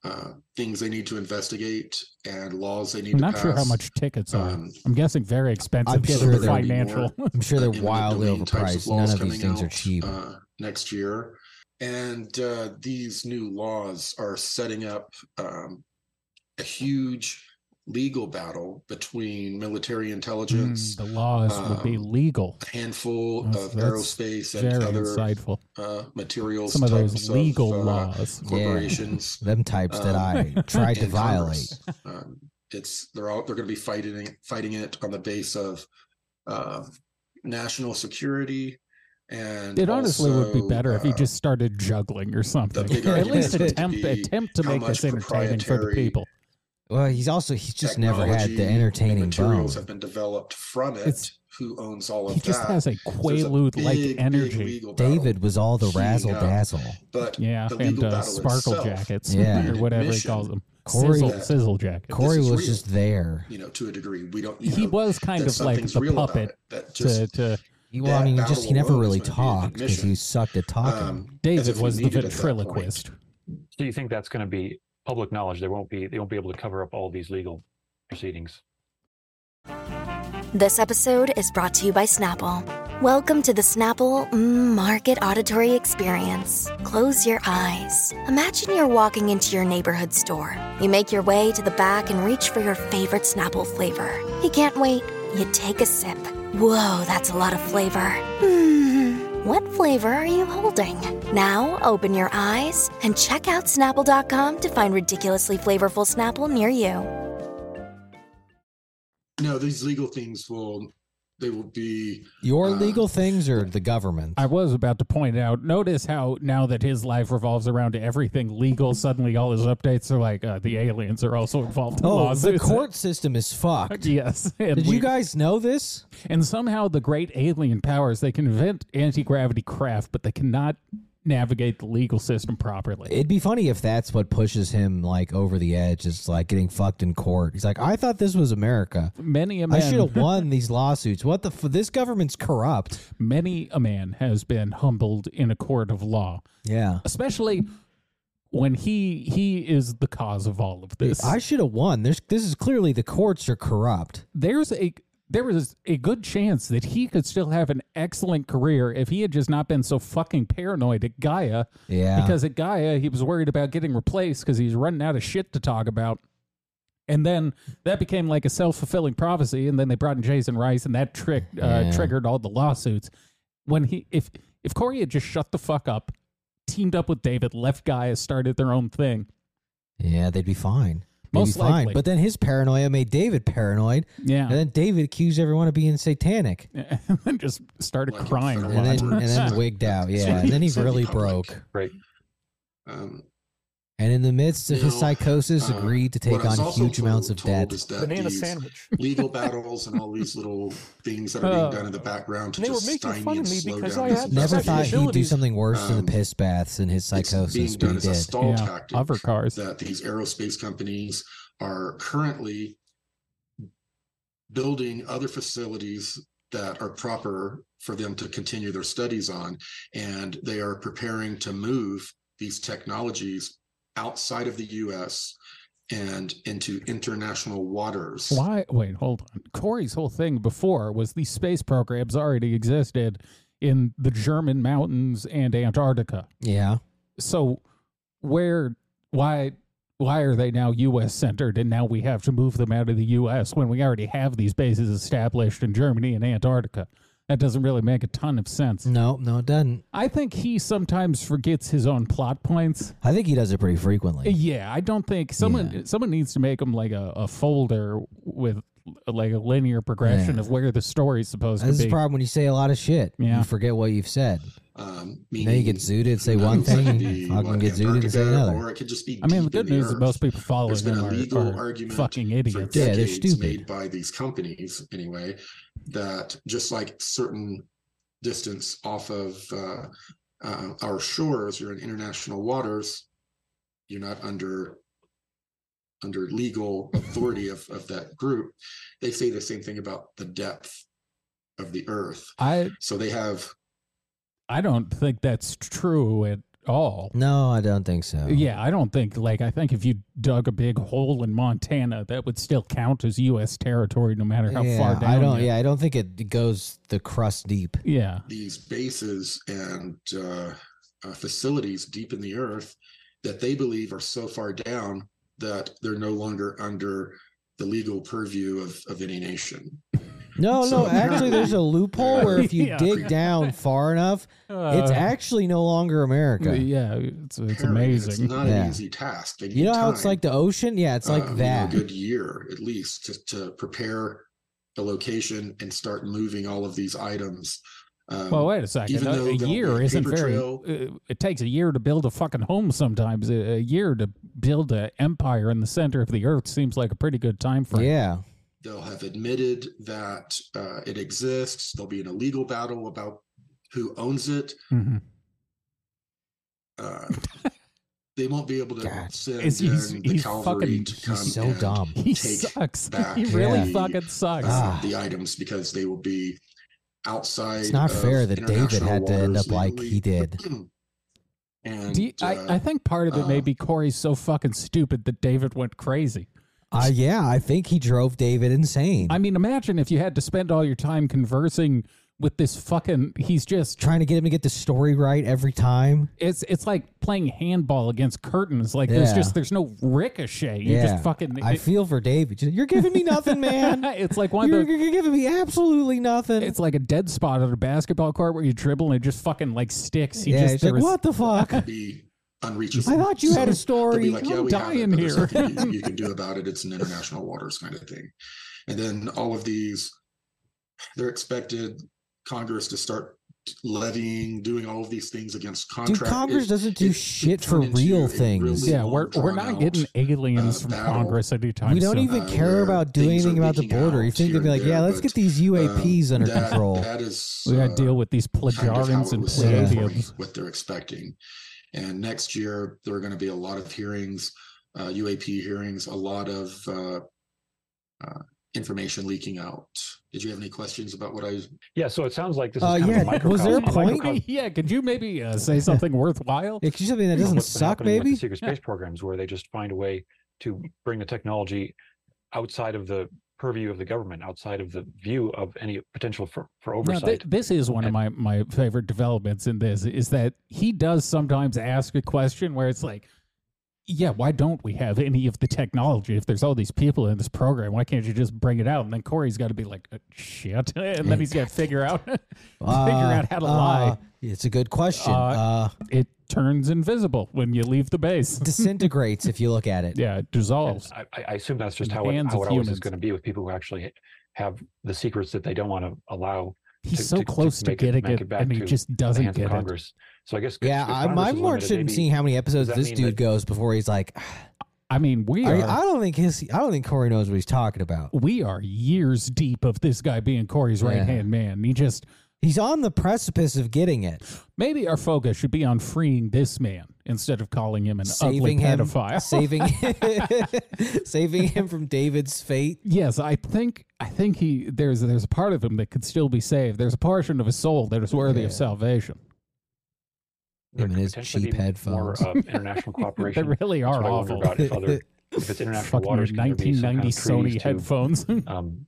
Speaker 3: uh, things they need to investigate and laws they need
Speaker 1: I'm
Speaker 3: to
Speaker 1: not
Speaker 3: pass.
Speaker 1: sure how much tickets are.
Speaker 3: um,
Speaker 1: I'm guessing very expensive given
Speaker 2: sure
Speaker 1: the
Speaker 2: there'll
Speaker 3: be
Speaker 1: financial.
Speaker 3: more.
Speaker 2: I'm sure they're
Speaker 3: imminent
Speaker 2: wildly
Speaker 3: domain types
Speaker 2: overpriced.
Speaker 3: laws
Speaker 2: None of these
Speaker 3: coming
Speaker 2: things are
Speaker 3: out,
Speaker 2: cheap.
Speaker 3: Uh, next year, and uh, these new laws are setting up um, a huge legal battle between military intelligence.
Speaker 1: Mm,
Speaker 2: Hmm.
Speaker 1: the laws would be
Speaker 3: um,
Speaker 1: legal.
Speaker 3: a handful
Speaker 1: That's-
Speaker 3: of
Speaker 1: that's
Speaker 3: aerospace
Speaker 1: Very
Speaker 3: and other
Speaker 1: insightful.
Speaker 3: uh, materials,
Speaker 1: Some of
Speaker 3: types
Speaker 1: those legal
Speaker 3: uh,
Speaker 1: laws.
Speaker 3: corporations.
Speaker 2: Them types that I
Speaker 1: Um,
Speaker 2: tried to
Speaker 3: uh, in
Speaker 2: violate.
Speaker 3: Congress. Um, it's they're all they're going to be fighting it- fighting it on the base of uh, national security, and
Speaker 1: It honestly would be
Speaker 3: also,
Speaker 1: better if he
Speaker 3: uh,
Speaker 1: just started juggling or something.
Speaker 3: big
Speaker 1: At
Speaker 3: argument
Speaker 1: least
Speaker 3: would
Speaker 1: attempt
Speaker 3: be
Speaker 1: attempt to
Speaker 3: how
Speaker 1: make
Speaker 3: much
Speaker 1: this entertaining for the
Speaker 3: proprietary
Speaker 1: people.
Speaker 2: Well, he's also he's just never had
Speaker 3: technology
Speaker 2: the
Speaker 3: and
Speaker 2: entertaining bone.
Speaker 3: materials have been developed from it.
Speaker 1: It's-
Speaker 3: Who owns all of
Speaker 1: He just
Speaker 3: that?
Speaker 1: has a
Speaker 3: There's a
Speaker 1: Quaalude like
Speaker 3: big, big
Speaker 1: energy.
Speaker 3: legal battle.
Speaker 2: David was all the
Speaker 3: Heating
Speaker 2: razzle
Speaker 3: up.
Speaker 2: dazzle.
Speaker 3: but
Speaker 1: Yeah,
Speaker 3: the
Speaker 1: and
Speaker 3: legal
Speaker 1: uh,
Speaker 3: battle
Speaker 1: sparkle
Speaker 3: itself,
Speaker 1: jackets,
Speaker 2: Yeah.
Speaker 1: or whatever he
Speaker 3: Admission.
Speaker 1: calls them,
Speaker 2: Corey-
Speaker 1: sizzle, sizzle jackets.
Speaker 2: Corey
Speaker 3: is
Speaker 2: was
Speaker 3: real.
Speaker 2: just there.
Speaker 3: you know, to a degree, we don't. You
Speaker 1: He
Speaker 3: know,
Speaker 1: was kind
Speaker 3: that
Speaker 1: of like
Speaker 3: something's
Speaker 1: the
Speaker 3: real about
Speaker 1: puppet
Speaker 3: it, that
Speaker 1: to, to
Speaker 2: He, well, I
Speaker 3: that
Speaker 2: mean, he
Speaker 3: battle
Speaker 2: just he never
Speaker 3: alone is
Speaker 2: really
Speaker 3: gonna be an
Speaker 2: talked because he
Speaker 3: admission.
Speaker 2: sucked at talking.
Speaker 3: um, as if
Speaker 1: David
Speaker 3: we
Speaker 1: was the
Speaker 3: needed at that point.
Speaker 1: ventriloquist.
Speaker 5: Do you think that's going to be public knowledge? They won't be. They won't be able to cover up all these legal proceedings.
Speaker 4: This episode is brought to you by Snapple. Welcome to the Snapple mm, Market Auditory Experience. Close your eyes. Imagine you're walking into your neighborhood store. You make your way to the back and reach for your favorite Snapple flavor. You can't wait. You take a sip. Whoa, that's a lot of flavor. Hmm. What flavor are you holding? Now open your eyes and check out Snapple.com to find ridiculously flavorful Snapple near you.
Speaker 3: No, these legal things will they will be
Speaker 2: Your
Speaker 3: uh,
Speaker 2: legal things or the government?
Speaker 1: I was about to point out. Notice how now that his life revolves around everything legal, suddenly all his updates are like uh, the aliens are also involved in
Speaker 2: oh, the
Speaker 1: lawsuits.
Speaker 2: court system is fucked.
Speaker 1: Yes, and
Speaker 2: Did
Speaker 1: we-
Speaker 2: you guys know this?
Speaker 1: And somehow the great alien powers they can invent anti gravity craft, but they cannot navigate the legal system properly.
Speaker 2: It'd be funny if that's what pushes him like over the edge. Is like getting fucked in court. He's like, I thought this was America.
Speaker 1: Many a
Speaker 2: I should have
Speaker 1: man,
Speaker 2: won these lawsuits. What the? F- this government's corrupt.
Speaker 1: many a man has been humbled in a court of law,
Speaker 2: Yeah.
Speaker 1: especially when he he is the cause of all of this.
Speaker 2: I should have won. There's, this is clearly the courts are corrupt.
Speaker 1: There's a there was a good chance that he could still have an excellent career if he had just not been so fucking paranoid at Gaia.
Speaker 2: Yeah.
Speaker 1: Because at Gaia, he was worried about getting replaced because he's running out of shit to talk about. And then that became like a self fulfilling prophecy. And then they brought in Jason Rice, and that trick uh,
Speaker 2: Yeah.
Speaker 1: triggered all the lawsuits. When he, if if Corey had just shut the fuck up, teamed up with David, left Gaia, started their own thing.
Speaker 2: yeah, they'd be fine. They'd
Speaker 1: Most
Speaker 2: be fine.
Speaker 1: likely.
Speaker 2: But then his paranoia made David paranoid. And
Speaker 1: Yeah,
Speaker 2: then David accused everyone of being satanic.
Speaker 1: and then just started
Speaker 3: Like,
Speaker 1: crying a
Speaker 3: fucking
Speaker 2: And
Speaker 1: lot.
Speaker 2: then, and then wigged out. Yeah. And then he really broke.
Speaker 5: Right.
Speaker 3: Um,
Speaker 2: And in the midst of his
Speaker 3: No.
Speaker 2: psychosis,
Speaker 3: Uh,
Speaker 2: agreed to
Speaker 3: what
Speaker 2: take
Speaker 3: I was
Speaker 2: on
Speaker 3: also
Speaker 2: huge
Speaker 3: told-
Speaker 2: amounts of
Speaker 3: told
Speaker 2: debt.
Speaker 3: is that
Speaker 6: Banana
Speaker 3: these
Speaker 6: sandwich.
Speaker 3: legal battles and all these little things that are being
Speaker 1: Uh,
Speaker 3: done in the background to
Speaker 6: and they were
Speaker 3: just
Speaker 6: making
Speaker 3: stymie
Speaker 6: fun
Speaker 3: and
Speaker 6: of me
Speaker 3: slow
Speaker 6: because
Speaker 3: down
Speaker 6: I
Speaker 3: his
Speaker 6: had
Speaker 2: Never
Speaker 6: Psychic
Speaker 2: thought he'd do
Speaker 6: abilities.
Speaker 2: something worse than
Speaker 3: Um,
Speaker 2: the piss baths and his
Speaker 3: It's being
Speaker 2: psychosis, but
Speaker 3: done
Speaker 2: he
Speaker 3: as a
Speaker 2: did.
Speaker 3: stall
Speaker 1: Yeah,
Speaker 3: tactic
Speaker 1: hover cars.
Speaker 3: that these aerospace companies are currently building other facilities that are proper for them to continue their studies on and they are preparing to move these technologies outside of the US and into international waters.
Speaker 1: Why? Wait, hold on. Corey's whole thing before was these space programs already existed in the German mountains and Antarctica.
Speaker 2: Yeah.
Speaker 1: So, where, why, why are they now U.S. centered, and now we have to move them out of the U.S. when we already have these bases established in Germany and Antarctica? That doesn't really make a ton of sense.
Speaker 2: No, no, it doesn't.
Speaker 1: I think he sometimes forgets his own plot points.
Speaker 2: I think he does it pretty frequently.
Speaker 1: Yeah, I don't think someone
Speaker 2: Yeah.
Speaker 1: someone needs to make them like a, a folder with like a linear progression
Speaker 2: Yeah.
Speaker 1: of where the story's supposed
Speaker 2: This
Speaker 1: to
Speaker 2: is
Speaker 1: be.
Speaker 2: the problem when you say a lot of shit.
Speaker 1: Yeah.
Speaker 2: You forget what you've said.
Speaker 3: Um,
Speaker 2: Now you get
Speaker 3: meaning,
Speaker 2: zooted and say
Speaker 3: uh,
Speaker 2: one
Speaker 3: it could
Speaker 2: thing,
Speaker 3: be,
Speaker 2: and fucking
Speaker 3: what,
Speaker 2: get zooted and say
Speaker 3: Antarctica,
Speaker 2: another.
Speaker 3: Or it could just be
Speaker 1: I mean, the
Speaker 3: deep
Speaker 1: good
Speaker 3: in the
Speaker 1: news is
Speaker 3: earth.
Speaker 1: most people
Speaker 2: Oh,
Speaker 1: following
Speaker 3: There's been
Speaker 1: them
Speaker 3: a
Speaker 1: are,
Speaker 3: legal
Speaker 1: are
Speaker 3: argument
Speaker 1: fucking
Speaker 3: for
Speaker 1: idiots.
Speaker 2: Yeah, they're
Speaker 3: decades
Speaker 2: stupid.
Speaker 3: made by these companies anyway that just like certain distance off of uh, uh, our shores you're in international waters you're not under under legal authority of, of that group they say the same thing about the depth of the earth
Speaker 1: I
Speaker 3: so they have
Speaker 1: I don't think that's true at all.
Speaker 2: No, I don't think so.
Speaker 1: Yeah, I don't think like I think if you dug a big hole in Montana, that would still count as U.S. territory, no matter how
Speaker 2: Yeah,
Speaker 1: far down.
Speaker 2: I don't.
Speaker 1: you-
Speaker 2: Yeah, I don't think it goes the crust deep.
Speaker 1: yeah.
Speaker 3: these bases and uh, uh, facilities deep in the earth that they believe are so far down that they're no longer under the legal purview of, of any nation.
Speaker 2: No,
Speaker 3: So
Speaker 2: no. Actually, there's a loophole where if you
Speaker 1: Yeah.
Speaker 2: dig down far enough, it's
Speaker 1: Uh,
Speaker 2: actually no longer America.
Speaker 1: Yeah, it's, it's
Speaker 3: Apparently, It's
Speaker 1: amazing.
Speaker 3: not
Speaker 2: Yeah.
Speaker 3: an easy task. They
Speaker 2: You
Speaker 3: need
Speaker 2: know how it's
Speaker 3: time,
Speaker 2: like the ocean? Yeah, it's like
Speaker 3: uh, you know,
Speaker 2: that.
Speaker 3: a good year at least to, to prepare the location and start moving all of these items. Um,
Speaker 1: Well, wait a second.
Speaker 3: even
Speaker 1: A,
Speaker 3: though
Speaker 1: a
Speaker 3: they'll
Speaker 1: year
Speaker 3: be a
Speaker 1: isn't
Speaker 3: paper
Speaker 1: very.
Speaker 3: trail-
Speaker 1: uh, it takes a year to build a fucking home. Sometimes a, a year to build an empire in the center of the earth seems like a pretty good time frame.
Speaker 2: Yeah.
Speaker 3: they'll have admitted that uh, it exists. There'll be an illegal battle about who owns it.
Speaker 1: Mhm.
Speaker 3: uh, they won't be able to
Speaker 2: God.
Speaker 3: send
Speaker 1: Is he's-
Speaker 3: in the
Speaker 1: he's
Speaker 3: cavalry
Speaker 1: fucking-
Speaker 3: to
Speaker 1: he's
Speaker 3: come
Speaker 2: He's so
Speaker 3: and,
Speaker 2: dumb.
Speaker 1: He
Speaker 3: Um, Take
Speaker 1: sucks.
Speaker 3: back
Speaker 1: He really
Speaker 3: the-
Speaker 1: fucking sucks.
Speaker 3: uh,
Speaker 2: Ah.
Speaker 3: the items because they will be outside.
Speaker 2: It's not
Speaker 3: of
Speaker 2: fair that David
Speaker 3: international
Speaker 2: had to end
Speaker 3: waters
Speaker 2: up like
Speaker 3: legally.
Speaker 2: he did.
Speaker 3: and
Speaker 1: Do you-
Speaker 3: uh,
Speaker 1: I, I think part of it may
Speaker 3: uh,
Speaker 1: be Corey's so fucking stupid that David went crazy.
Speaker 2: Uh, yeah, I think he drove David insane.
Speaker 1: I mean, imagine if you had to spend all your time conversing with this fucking. He's just
Speaker 2: trying to get him to get the story right every time.
Speaker 1: it's it's like playing handball against curtains. Like there's
Speaker 2: Yeah.
Speaker 1: just there's no ricochet. You
Speaker 2: yeah,
Speaker 1: just fucking.
Speaker 2: I feel for David. You're giving me nothing, man.
Speaker 1: it's like one of
Speaker 2: you're,
Speaker 1: those.
Speaker 2: you're giving me absolutely nothing.
Speaker 1: It's like a dead spot on a basketball court where you dribble and it just fucking like sticks. You
Speaker 2: yeah,
Speaker 1: just
Speaker 2: he's
Speaker 1: there
Speaker 2: like,
Speaker 1: was-
Speaker 2: what the fuck?
Speaker 3: be
Speaker 2: I
Speaker 3: unreachable.
Speaker 2: thought you had a
Speaker 3: So they'll
Speaker 2: story.
Speaker 3: be like, yeah,
Speaker 1: I'm
Speaker 3: we have
Speaker 1: dying
Speaker 3: it, but there's
Speaker 1: here."
Speaker 3: nothing you, you can do about it. It's an international waters kind of thing. And then all of these, they're expected Congress to start levying, doing all of these things against
Speaker 2: Dude,
Speaker 3: contract.
Speaker 2: Congress
Speaker 3: it-
Speaker 2: doesn't do
Speaker 3: it
Speaker 2: shit
Speaker 3: turned
Speaker 2: for
Speaker 3: into
Speaker 2: real
Speaker 3: a
Speaker 2: things.
Speaker 3: really
Speaker 1: Yeah, we're
Speaker 3: long,
Speaker 1: we're
Speaker 3: drawn
Speaker 1: not
Speaker 3: out,
Speaker 1: getting aliens
Speaker 3: uh,
Speaker 1: from
Speaker 3: battle.
Speaker 1: Congress anytime
Speaker 2: we don't
Speaker 1: soon.
Speaker 2: even
Speaker 3: uh,
Speaker 2: care
Speaker 3: where
Speaker 2: about doing
Speaker 3: things are
Speaker 2: anything about the
Speaker 3: leaking
Speaker 2: border. You
Speaker 3: out
Speaker 2: think they'd be
Speaker 3: here
Speaker 2: like,
Speaker 3: and
Speaker 2: yeah,
Speaker 3: there,
Speaker 2: let's
Speaker 3: but,
Speaker 2: get these UAPs
Speaker 3: Um,
Speaker 2: under
Speaker 3: that-
Speaker 2: control.
Speaker 3: That is,
Speaker 1: we gotta
Speaker 3: uh,
Speaker 1: deal with these
Speaker 3: kind of how
Speaker 1: Plagiarians
Speaker 3: it
Speaker 1: and
Speaker 3: was set up for me,
Speaker 1: Pleiadians.
Speaker 3: What they're expecting. And next year, there are going to be a lot of hearings, uh, UAP hearings, a lot of uh, uh, information leaking out. Did you have any questions about what I?
Speaker 5: Yeah. So it sounds like this is
Speaker 2: Uh,
Speaker 5: kind
Speaker 2: yeah,
Speaker 5: of a microcosm.
Speaker 2: was there a
Speaker 5: microcosm-
Speaker 2: point?
Speaker 5: microcosm
Speaker 1: yeah, could you maybe uh, say something worthwhile?
Speaker 2: Yeah, could you do something that
Speaker 5: of
Speaker 2: doesn't
Speaker 5: what's been
Speaker 2: suck,
Speaker 5: happening with the
Speaker 2: baby?
Speaker 5: secret space programs where they just find a way to bring the technology outside of the purview of the government, outside of the view of any potential for, for
Speaker 1: Now,
Speaker 5: oversight.
Speaker 1: thi- this is one of my, my favorite developments in this is that he does sometimes ask a question where it's like, yeah, why don't we have any of the technology? If there's all these people in this program, why can't you just bring it out? And then Corey's got to be like, uh, shit. And then he's got to figure out, figure out how to lie.
Speaker 2: Uh, It's a good question. Uh,
Speaker 1: Uh, It turns invisible when you leave the base.
Speaker 2: disintegrates if you look at it.
Speaker 1: Yeah, it
Speaker 5: And
Speaker 1: dissolves.
Speaker 5: I, I- I assume that's just
Speaker 1: in the
Speaker 5: how it,
Speaker 1: hands
Speaker 5: how
Speaker 1: of
Speaker 5: it always is
Speaker 1: humans.
Speaker 5: going to be with people who actually have the secrets that they don't want to allow
Speaker 1: He's
Speaker 5: to-
Speaker 1: so
Speaker 5: to- to
Speaker 1: close to,
Speaker 5: make it-
Speaker 1: getting it,
Speaker 5: make it back
Speaker 1: and he
Speaker 5: to
Speaker 1: just
Speaker 5: in the
Speaker 1: doesn't
Speaker 5: hands of
Speaker 1: get it.
Speaker 5: Congress. So I guess
Speaker 2: Yeah,
Speaker 5: if
Speaker 2: I'm, I'm
Speaker 5: Congress is
Speaker 2: more
Speaker 5: limited,
Speaker 2: interested in
Speaker 5: maybe-
Speaker 2: seeing how many episodes
Speaker 5: that
Speaker 2: this
Speaker 5: mean
Speaker 2: dude
Speaker 5: that-
Speaker 2: goes before he's like,
Speaker 1: I mean, we
Speaker 2: I,
Speaker 1: are.
Speaker 2: mean, I don't think his. I don't think Corey knows what he's talking about.
Speaker 1: we are years deep of this guy being Corey's
Speaker 2: Yeah.
Speaker 1: right hand man. He just
Speaker 2: He's on the precipice of getting it,
Speaker 1: maybe our focus should be on freeing this man instead of calling him an
Speaker 2: saving
Speaker 1: ugly
Speaker 2: him,
Speaker 1: pedophile.
Speaker 2: saving, saving him from David's fate.
Speaker 1: yes, I think I think he there's there's a part of him that could still be saved. There's a portion of his soul that is worthy of
Speaker 2: Yeah.
Speaker 1: salvation.
Speaker 5: there
Speaker 2: Him and
Speaker 5: could
Speaker 2: his
Speaker 5: potentially
Speaker 2: cheap
Speaker 5: be
Speaker 2: headphones.
Speaker 5: More, uh, international
Speaker 1: they
Speaker 5: cooperation.
Speaker 1: really
Speaker 5: That's
Speaker 1: are
Speaker 5: what I wonder
Speaker 1: awful.
Speaker 5: about if other if it's international
Speaker 1: Fucking
Speaker 5: waters,
Speaker 1: your
Speaker 5: can there be some kind
Speaker 1: 1990
Speaker 5: of treaties
Speaker 1: Sony
Speaker 5: to,
Speaker 1: headphones.
Speaker 5: um,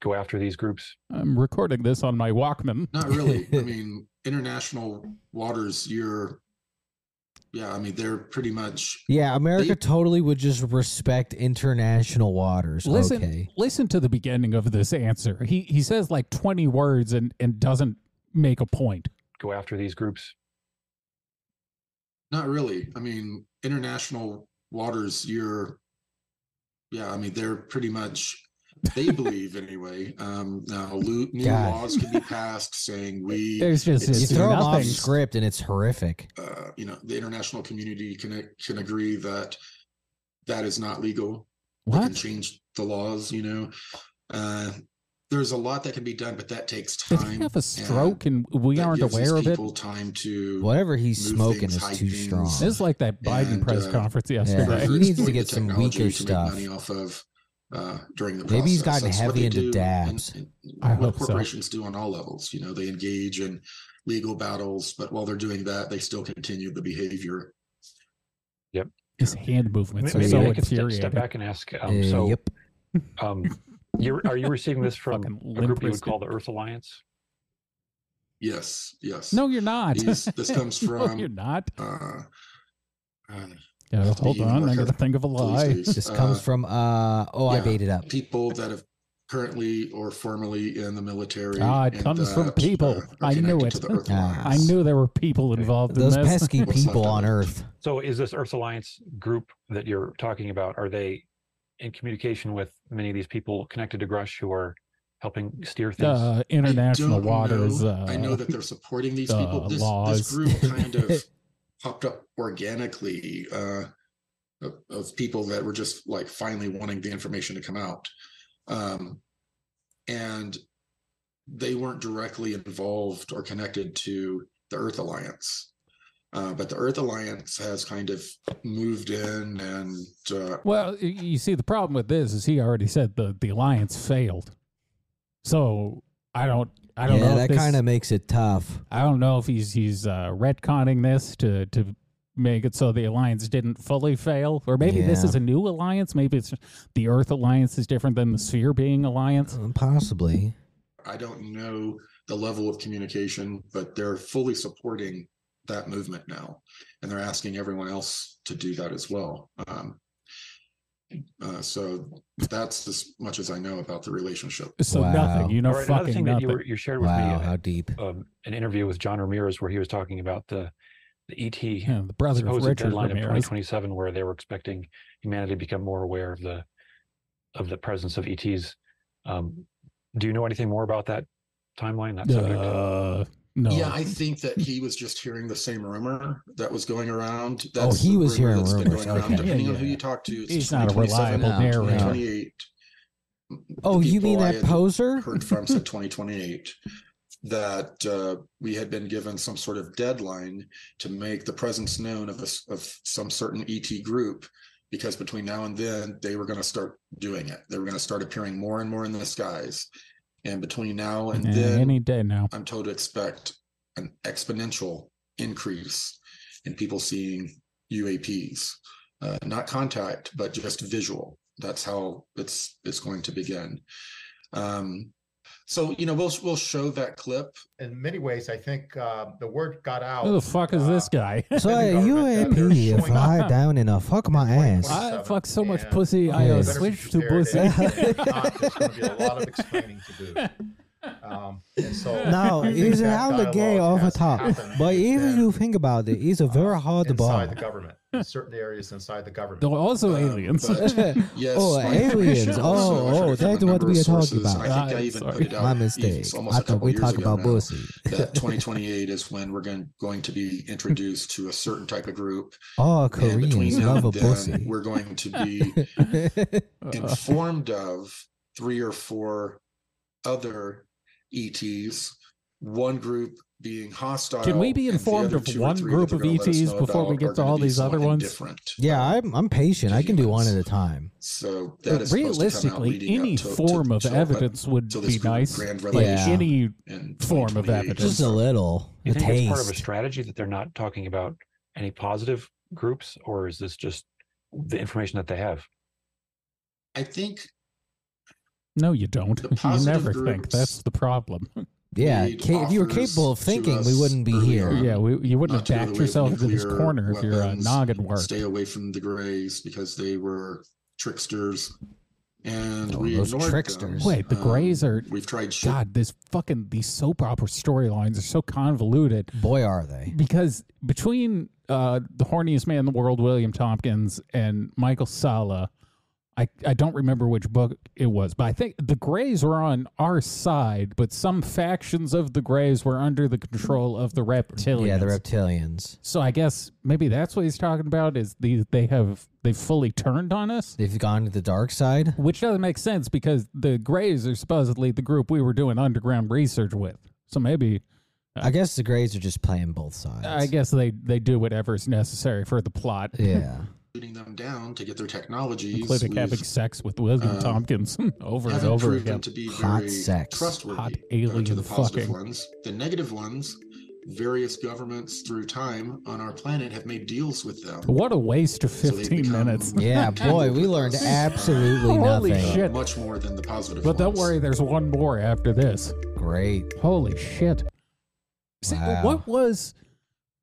Speaker 5: go after these groups?
Speaker 1: I'm recording this on my Walkman.
Speaker 3: Not really. I mean, international waters, you're, yeah, I mean, they're pretty much,
Speaker 2: Yeah, America
Speaker 3: They-
Speaker 2: totally would just respect international waters.
Speaker 1: Listen,
Speaker 2: okay.
Speaker 1: listen to the beginning of this answer. He he says like 20 words and and doesn't make a point.
Speaker 5: Go after these groups.
Speaker 3: not really. I mean, international waters, you're, yeah, I mean, they're pretty much, they believe anyway. Um, now, lo- new
Speaker 2: God.
Speaker 3: laws can be passed saying we,
Speaker 1: There's just
Speaker 3: It's-
Speaker 2: You
Speaker 1: it's
Speaker 2: throw him off
Speaker 1: nothing.
Speaker 2: script and it's horrific.
Speaker 3: uh, you know, the international community can can agree that that is not legal. We can
Speaker 1: What?
Speaker 3: change the laws. You know, uh, there's a lot that can be done, but that takes time.
Speaker 1: Did he have a
Speaker 3: and
Speaker 1: stroke and we
Speaker 3: that
Speaker 1: aren't
Speaker 3: gives these
Speaker 1: aware of it?
Speaker 3: people Time to
Speaker 2: Whatever he's
Speaker 3: Move
Speaker 2: smoking
Speaker 3: things,
Speaker 2: is
Speaker 3: hide
Speaker 2: too
Speaker 3: things.
Speaker 2: strong. Uh,
Speaker 1: This is like that Biden
Speaker 3: And,
Speaker 1: press
Speaker 3: uh,
Speaker 1: conference
Speaker 2: Yeah,
Speaker 1: yesterday.
Speaker 3: further
Speaker 2: he needs to
Speaker 3: exploit
Speaker 2: get
Speaker 3: the
Speaker 2: some
Speaker 3: technology
Speaker 2: weaker
Speaker 3: to make
Speaker 2: stuff.
Speaker 3: Money off of uh, during the
Speaker 2: Maybe he's
Speaker 3: process.
Speaker 2: gotten
Speaker 3: That's what
Speaker 2: heavy
Speaker 3: they
Speaker 2: into
Speaker 3: do,
Speaker 2: dabs.
Speaker 3: And, and
Speaker 1: I
Speaker 3: what
Speaker 1: hope so.
Speaker 3: corporations do on all levels, you know, they engage in legal battles, but while they're doing that, they still continue the behavior.
Speaker 1: His hand movements
Speaker 2: So
Speaker 1: are
Speaker 5: Maybe
Speaker 1: so
Speaker 5: I could step, step
Speaker 1: infuriating.
Speaker 5: back and ask.
Speaker 2: Uh,
Speaker 5: Um, so,
Speaker 2: yep.
Speaker 5: um, you're, are you receiving this from
Speaker 1: Fucking
Speaker 5: a group you would
Speaker 1: limp-wristed.
Speaker 5: call the Earth Alliance?
Speaker 3: Yes, yes.
Speaker 1: No, you're not.
Speaker 3: These- this comes
Speaker 1: no,
Speaker 3: from-
Speaker 1: you're not.
Speaker 3: Uh, uh,
Speaker 1: Yeah,
Speaker 3: That's the
Speaker 1: hold on, I
Speaker 3: universe.
Speaker 1: gotta think of a lie.
Speaker 3: Tuesdays,
Speaker 2: This
Speaker 3: uh,
Speaker 2: comes from uh oh I
Speaker 3: yeah.
Speaker 2: baited up.
Speaker 3: people that have currently or formerly in the military.
Speaker 1: Ah, it
Speaker 3: and
Speaker 1: comes from
Speaker 3: that,
Speaker 1: people.
Speaker 3: are
Speaker 1: I knew
Speaker 3: connected
Speaker 1: it.
Speaker 3: to the Earth
Speaker 2: Ah,
Speaker 1: I
Speaker 3: Alliance.
Speaker 1: knew there were people involved in
Speaker 2: Those
Speaker 1: this.
Speaker 2: pesky
Speaker 3: What's left
Speaker 2: people
Speaker 3: of
Speaker 2: on
Speaker 3: it.
Speaker 2: Earth.
Speaker 5: So, is this Earth Alliance group that you're talking about? Are they in communication with many of these people connected to Grush who are helping steer things?
Speaker 1: uh,
Speaker 3: I
Speaker 1: international
Speaker 3: don't
Speaker 1: waters.
Speaker 3: know.
Speaker 1: Uh,
Speaker 3: I know that they're supporting these
Speaker 1: uh,
Speaker 3: people. This,
Speaker 1: laws.
Speaker 3: this group kind of popped up organically uh, of, of people that were just like finally wanting the information to come out. Um, and they weren't directly involved or connected to the Earth Alliance. Uh, but the Earth Alliance has kind of moved in and uh,
Speaker 1: Well, y- you see, the problem with this is he already said the the alliance failed. So I don't. I don't
Speaker 2: yeah,
Speaker 1: know. if
Speaker 2: that
Speaker 1: this-
Speaker 2: kind of makes it tough.
Speaker 1: I don't know if he's he's uh, retconning this to to make it so the alliance didn't fully fail, or maybe this
Speaker 2: Yeah.
Speaker 1: is a new alliance. Maybe it's the Earth alliance is different than the Sphere being alliance.
Speaker 2: Uh, Possibly.
Speaker 3: I don't know the level of communication, but they're fully supporting that movement now, and they're asking everyone else to do that as well. Um, uh, so that's as much as I know about the relationship.
Speaker 1: So
Speaker 2: Wow.
Speaker 1: nothing, you know,
Speaker 5: All right, another
Speaker 1: fucking
Speaker 5: thing that you,
Speaker 1: nothing.
Speaker 5: were, you shared with
Speaker 2: Wow,
Speaker 5: me
Speaker 2: how deep.
Speaker 5: um, an interview with John Ramirez where he was talking about the the E ET
Speaker 1: Yeah, the brother of
Speaker 5: supposed
Speaker 1: Richard
Speaker 5: deadline of
Speaker 1: Ramirez.
Speaker 5: 2027, where they were expecting humanity to become more aware of the of the presence of ETs. Um, do you know anything more about that timeline? That subject?
Speaker 1: Uh, no.
Speaker 3: Yeah, I think that he was just hearing the same rumor that was going around.
Speaker 1: Oh,
Speaker 2: he
Speaker 3: the
Speaker 2: was
Speaker 3: rumor
Speaker 2: hearing
Speaker 3: that's been
Speaker 2: rumors,
Speaker 3: going around.
Speaker 2: okay.
Speaker 3: Depending
Speaker 1: Yeah,
Speaker 3: on who
Speaker 1: yeah.
Speaker 3: you talk to, it's
Speaker 1: He's not a
Speaker 3: 2027,
Speaker 1: reliable
Speaker 2: No, no.
Speaker 1: narrator.
Speaker 3: 2028.
Speaker 2: Oh,
Speaker 3: The
Speaker 2: you
Speaker 3: people
Speaker 2: mean
Speaker 3: I
Speaker 2: that
Speaker 3: had
Speaker 2: poser?
Speaker 3: heard from said 2028 that uh, we had been given some sort of deadline to make the presence known of a s of some certain ET group because between now and then they were going to start doing it. They were going to start appearing more and more in the skies, and between now and
Speaker 1: Yeah,
Speaker 3: then,
Speaker 1: any day now.
Speaker 3: I'm told to expect an exponential increase in people seeing UAPs, uh, not contact, but just visual. that's how it's it's going to begin. Um, so you know we'll we'll show that clip.
Speaker 6: in many ways, I think uh, the word got out.
Speaker 1: Who the fuck is
Speaker 6: uh,
Speaker 1: this guy?
Speaker 2: So
Speaker 6: Then the government
Speaker 2: UAP
Speaker 6: got- they're showing
Speaker 2: fly
Speaker 1: up.
Speaker 2: down and uh, fuck my ass.
Speaker 1: I
Speaker 6: 27,
Speaker 1: fuck so much
Speaker 6: and
Speaker 1: pussy. I
Speaker 2: Yeah.
Speaker 1: uh,
Speaker 2: Better be
Speaker 1: switch to
Speaker 6: prepared,
Speaker 1: pussy.
Speaker 6: eh? If not, there's gonna be a lot of explaining to do. Um, and so
Speaker 2: Now,
Speaker 6: I think
Speaker 2: it's
Speaker 6: that
Speaker 2: out the gay
Speaker 6: dialogue
Speaker 2: off the
Speaker 6: has
Speaker 2: top.
Speaker 6: happened
Speaker 2: But if
Speaker 6: within,
Speaker 2: you think about it, it's a very
Speaker 6: uh,
Speaker 2: hard bar.
Speaker 6: inside the government, in certain areas inside the government.
Speaker 1: They're also
Speaker 3: Um,
Speaker 1: aliens.
Speaker 3: but- Yes.
Speaker 2: Oh,
Speaker 3: my
Speaker 2: aliens.
Speaker 3: information
Speaker 2: Oh,
Speaker 3: also- I'm
Speaker 2: oh,
Speaker 3: trying to
Speaker 2: that's
Speaker 3: remember
Speaker 2: what we are talking
Speaker 3: sources.
Speaker 2: about.
Speaker 3: I think
Speaker 1: Ah,
Speaker 3: I even
Speaker 1: sorry.
Speaker 3: put it out.
Speaker 2: My
Speaker 3: even-
Speaker 2: mistake.
Speaker 3: it's almost
Speaker 2: I
Speaker 3: a
Speaker 2: thought
Speaker 3: couple
Speaker 2: we
Speaker 3: years
Speaker 2: talk
Speaker 3: ago
Speaker 2: about
Speaker 3: now.
Speaker 2: pussy.
Speaker 3: that 2028 is when we're going, going to be introduced to a certain type of group.
Speaker 2: All
Speaker 3: and
Speaker 2: Koreans
Speaker 3: between now
Speaker 2: love a
Speaker 3: and then,
Speaker 2: pussy.
Speaker 3: we're going to be informed of three or four other ETs, one group being hostile.
Speaker 1: Can we be
Speaker 3: and the
Speaker 1: informed
Speaker 3: other
Speaker 1: of
Speaker 3: two or
Speaker 1: one
Speaker 3: three
Speaker 1: group
Speaker 3: that
Speaker 1: of
Speaker 3: they're gonna let us
Speaker 1: ETs
Speaker 3: know
Speaker 1: before we
Speaker 3: about
Speaker 1: get
Speaker 3: are
Speaker 1: to
Speaker 3: gonna
Speaker 1: all
Speaker 3: be
Speaker 1: these other
Speaker 3: something
Speaker 1: ones?
Speaker 3: Different.
Speaker 2: yeah, I'm I'm patient. I can do one at a time.
Speaker 3: So that is supposed to come out
Speaker 1: realistically,
Speaker 3: leading up
Speaker 1: any
Speaker 3: to- to-
Speaker 1: form of
Speaker 3: till-
Speaker 1: evidence would
Speaker 3: till this
Speaker 1: be
Speaker 3: grand
Speaker 1: nice. Like
Speaker 3: revelation
Speaker 2: Yeah.
Speaker 1: any
Speaker 3: in
Speaker 1: form of
Speaker 3: 2028.
Speaker 1: evidence.
Speaker 2: Just a little.
Speaker 5: You
Speaker 2: A
Speaker 5: think it's part of a
Speaker 2: taste.
Speaker 5: strategy that they're not talking about any positive groups, or is this just the information that they have?
Speaker 3: I think
Speaker 1: no, you don't.
Speaker 3: The
Speaker 1: You
Speaker 3: positive
Speaker 1: never think.
Speaker 3: groups-
Speaker 1: That's the problem.
Speaker 2: Yeah.
Speaker 3: need
Speaker 2: ca- If you were
Speaker 3: offers
Speaker 2: capable of
Speaker 3: to
Speaker 2: thinking, we
Speaker 3: us
Speaker 2: wouldn't be
Speaker 3: earlier.
Speaker 2: here.
Speaker 1: Yeah, we, you wouldn't have
Speaker 3: Not to go the
Speaker 1: backed
Speaker 3: way of
Speaker 1: yourself into this
Speaker 3: nuclear
Speaker 1: corner if your uh,
Speaker 3: weapons,
Speaker 1: noggin worked.
Speaker 3: stay away from the Greys because they were tricksters, and
Speaker 2: Oh,
Speaker 3: we
Speaker 2: those
Speaker 3: ignored
Speaker 2: tricksters.
Speaker 3: Them.
Speaker 1: Wait, the
Speaker 3: Um,
Speaker 1: Greys are-
Speaker 3: We've tried. Shit.
Speaker 1: God, this fucking these soap opera storylines are so convoluted
Speaker 2: Boy, are they.
Speaker 1: because between uh, the horniest man in the world, William Tompkins, and Michael Sala, I I don't remember which book it was, but I think the Greys were on our side, but some factions of the Greys were under the control of the reptilians.
Speaker 2: Yeah, the reptilians.
Speaker 1: so I guess maybe that's what he's talking about is the, they have they fully turned on us.
Speaker 2: They've gone to the dark side.
Speaker 1: Which doesn't make sense because the Greys are supposedly the group we were doing underground research with. So maybe
Speaker 2: I guess the Greys are just playing both sides.
Speaker 1: I guess they, they do whatever's necessary for the plot,
Speaker 2: Yeah.
Speaker 3: shooting them down to get their technologies.
Speaker 1: including
Speaker 3: We've-
Speaker 1: having sex with William
Speaker 3: um,
Speaker 1: Tompkins over and
Speaker 3: haven't
Speaker 1: over
Speaker 3: proven
Speaker 1: again.
Speaker 3: to be
Speaker 2: Hot
Speaker 3: very
Speaker 2: sex.
Speaker 3: trustworthy
Speaker 1: Hot
Speaker 3: uh, to
Speaker 1: alien
Speaker 3: the positive
Speaker 1: fucking.
Speaker 3: ones. The negative ones, various governments through time on our planet have made deals with them.
Speaker 1: What a waste of
Speaker 3: So they've
Speaker 1: 15
Speaker 3: become-
Speaker 1: minutes.
Speaker 2: Yeah, boy, we learned absolutely
Speaker 1: Holy
Speaker 2: nothing.
Speaker 1: shit.
Speaker 3: Much more than the positive.
Speaker 1: But don't
Speaker 3: ones.
Speaker 1: worry, there's one more after this.
Speaker 2: Great.
Speaker 1: Holy shit. See,
Speaker 2: Wow.
Speaker 1: what was.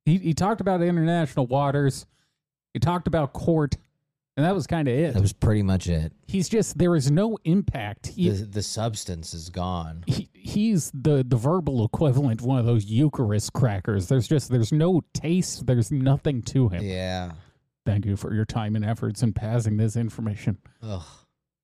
Speaker 1: He, he talked about international waters, he talked about court, and that was kind of it.
Speaker 2: That was pretty much it.
Speaker 1: he's just there is no impact. He,
Speaker 2: The, the substance is gone.
Speaker 1: he he's the the verbal equivalent of one of those Eucharist crackers. There's just there's no taste. There's nothing to him.
Speaker 2: Yeah.
Speaker 1: Thank you for your time and efforts in passing this information.
Speaker 2: Ugh.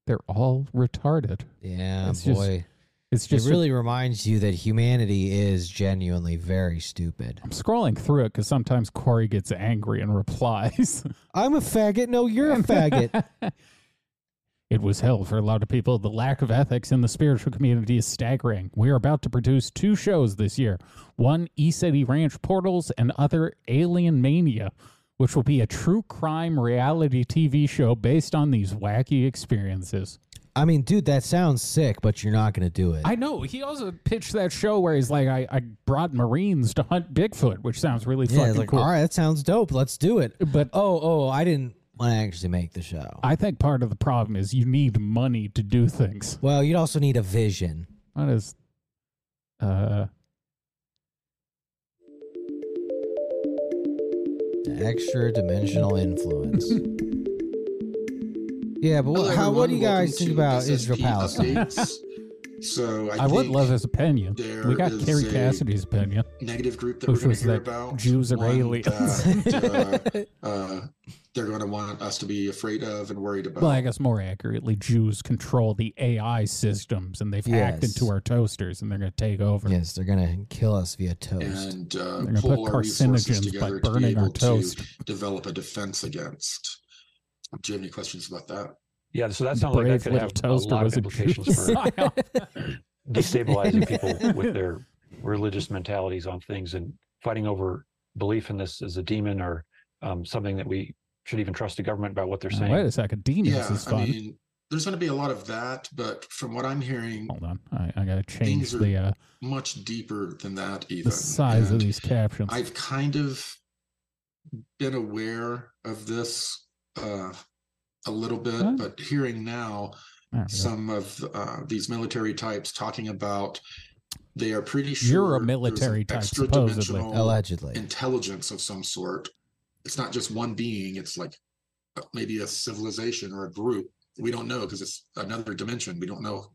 Speaker 1: They're all retarded.
Speaker 2: Yeah,
Speaker 1: It's just-
Speaker 2: boy.
Speaker 1: It's just
Speaker 2: it really reminds you that humanity is genuinely very stupid.
Speaker 1: I'm scrolling through it because sometimes Corey gets angry and replies.
Speaker 2: I'm a faggot. No, you're a faggot.
Speaker 1: It was hell for a lot of people. The lack of ethics in the spiritual community is staggering. We are about to produce two shows this year one E City Ranch Portals and other Alien Mania, which will be a true crime reality TV show based on these wacky experiences.
Speaker 2: I mean, dude, that sounds sick, but you're not going to do it.
Speaker 1: I know. He also pitched that show where he's like, I, I brought Marines to hunt Bigfoot, which sounds really
Speaker 2: yeah,
Speaker 1: fucking
Speaker 2: like,
Speaker 1: cool.
Speaker 2: all right, that sounds dope. Let's do it.
Speaker 1: But
Speaker 2: Oh, oh, I didn't want to actually make the show.
Speaker 1: I think part of the problem is you need money to do things.
Speaker 2: well, you'd also need a vision.
Speaker 1: That is. Uh,
Speaker 2: Extra dimensional influence. yeah, but
Speaker 3: Hello,
Speaker 2: what, how, what do you
Speaker 3: everyone. Welcome
Speaker 2: guys think
Speaker 3: to
Speaker 2: about
Speaker 3: SSP
Speaker 2: Israel Palestine?
Speaker 3: updates. so I,
Speaker 1: I would
Speaker 3: think
Speaker 1: love his opinion. We
Speaker 3: there
Speaker 1: got
Speaker 3: is
Speaker 1: Carrie
Speaker 3: a-
Speaker 1: Cassidy's opinion.
Speaker 3: negative group that
Speaker 1: Which
Speaker 3: we're going
Speaker 1: was
Speaker 3: to hear
Speaker 1: that
Speaker 3: about.
Speaker 1: Jews are
Speaker 3: one
Speaker 1: aliens.
Speaker 3: that, uh, uh, they're going to want us to be afraid of and worried about.
Speaker 1: Well, I guess more accurately, Jews control the AI systems and they've hacked
Speaker 2: Yes.
Speaker 1: into our toasters and they're going to take over.
Speaker 2: yes, they're gonna kill us via toast.
Speaker 3: and uh,
Speaker 1: They're going to put
Speaker 3: pull our resources
Speaker 1: carcinogens by
Speaker 3: together to be
Speaker 1: burning our
Speaker 3: able to
Speaker 1: toast.
Speaker 3: develop a defense against. Do you have any questions about that?
Speaker 5: Yeah, so that
Speaker 1: The
Speaker 5: sounds like that
Speaker 1: brave
Speaker 5: could
Speaker 1: little
Speaker 5: have a
Speaker 1: toaster
Speaker 5: lot of
Speaker 1: was a Jew.
Speaker 5: implications for
Speaker 1: psyop.
Speaker 5: destabilizing people with their religious mentalities on things and fighting over belief in this as a demon or um, something that we should even trust the government about what they're
Speaker 1: Now,
Speaker 5: saying.
Speaker 1: Wait a second. Demons
Speaker 3: yeah,
Speaker 1: is
Speaker 3: I
Speaker 1: fun.
Speaker 3: mean, there's going to be a lot of that, but from what I'm hearing,
Speaker 1: Hold on. I, I got to change
Speaker 3: Things are
Speaker 1: the, uh,
Speaker 3: much deeper than that. Even
Speaker 1: the size
Speaker 3: And
Speaker 1: of these captions.
Speaker 3: I've kind of been aware of this uh, a little bit,
Speaker 1: Huh?
Speaker 3: but hearing now
Speaker 1: Not really.
Speaker 3: some of uh, these military types talking about they are pretty sure
Speaker 1: You're a
Speaker 3: there's an
Speaker 1: military type,
Speaker 3: extra
Speaker 1: supposedly.
Speaker 3: dimensional
Speaker 2: Allegedly.
Speaker 3: intelligence of some sort. It's not just one being; it's like uh, maybe a civilization or a group. We don't know because it's another dimension. We don't know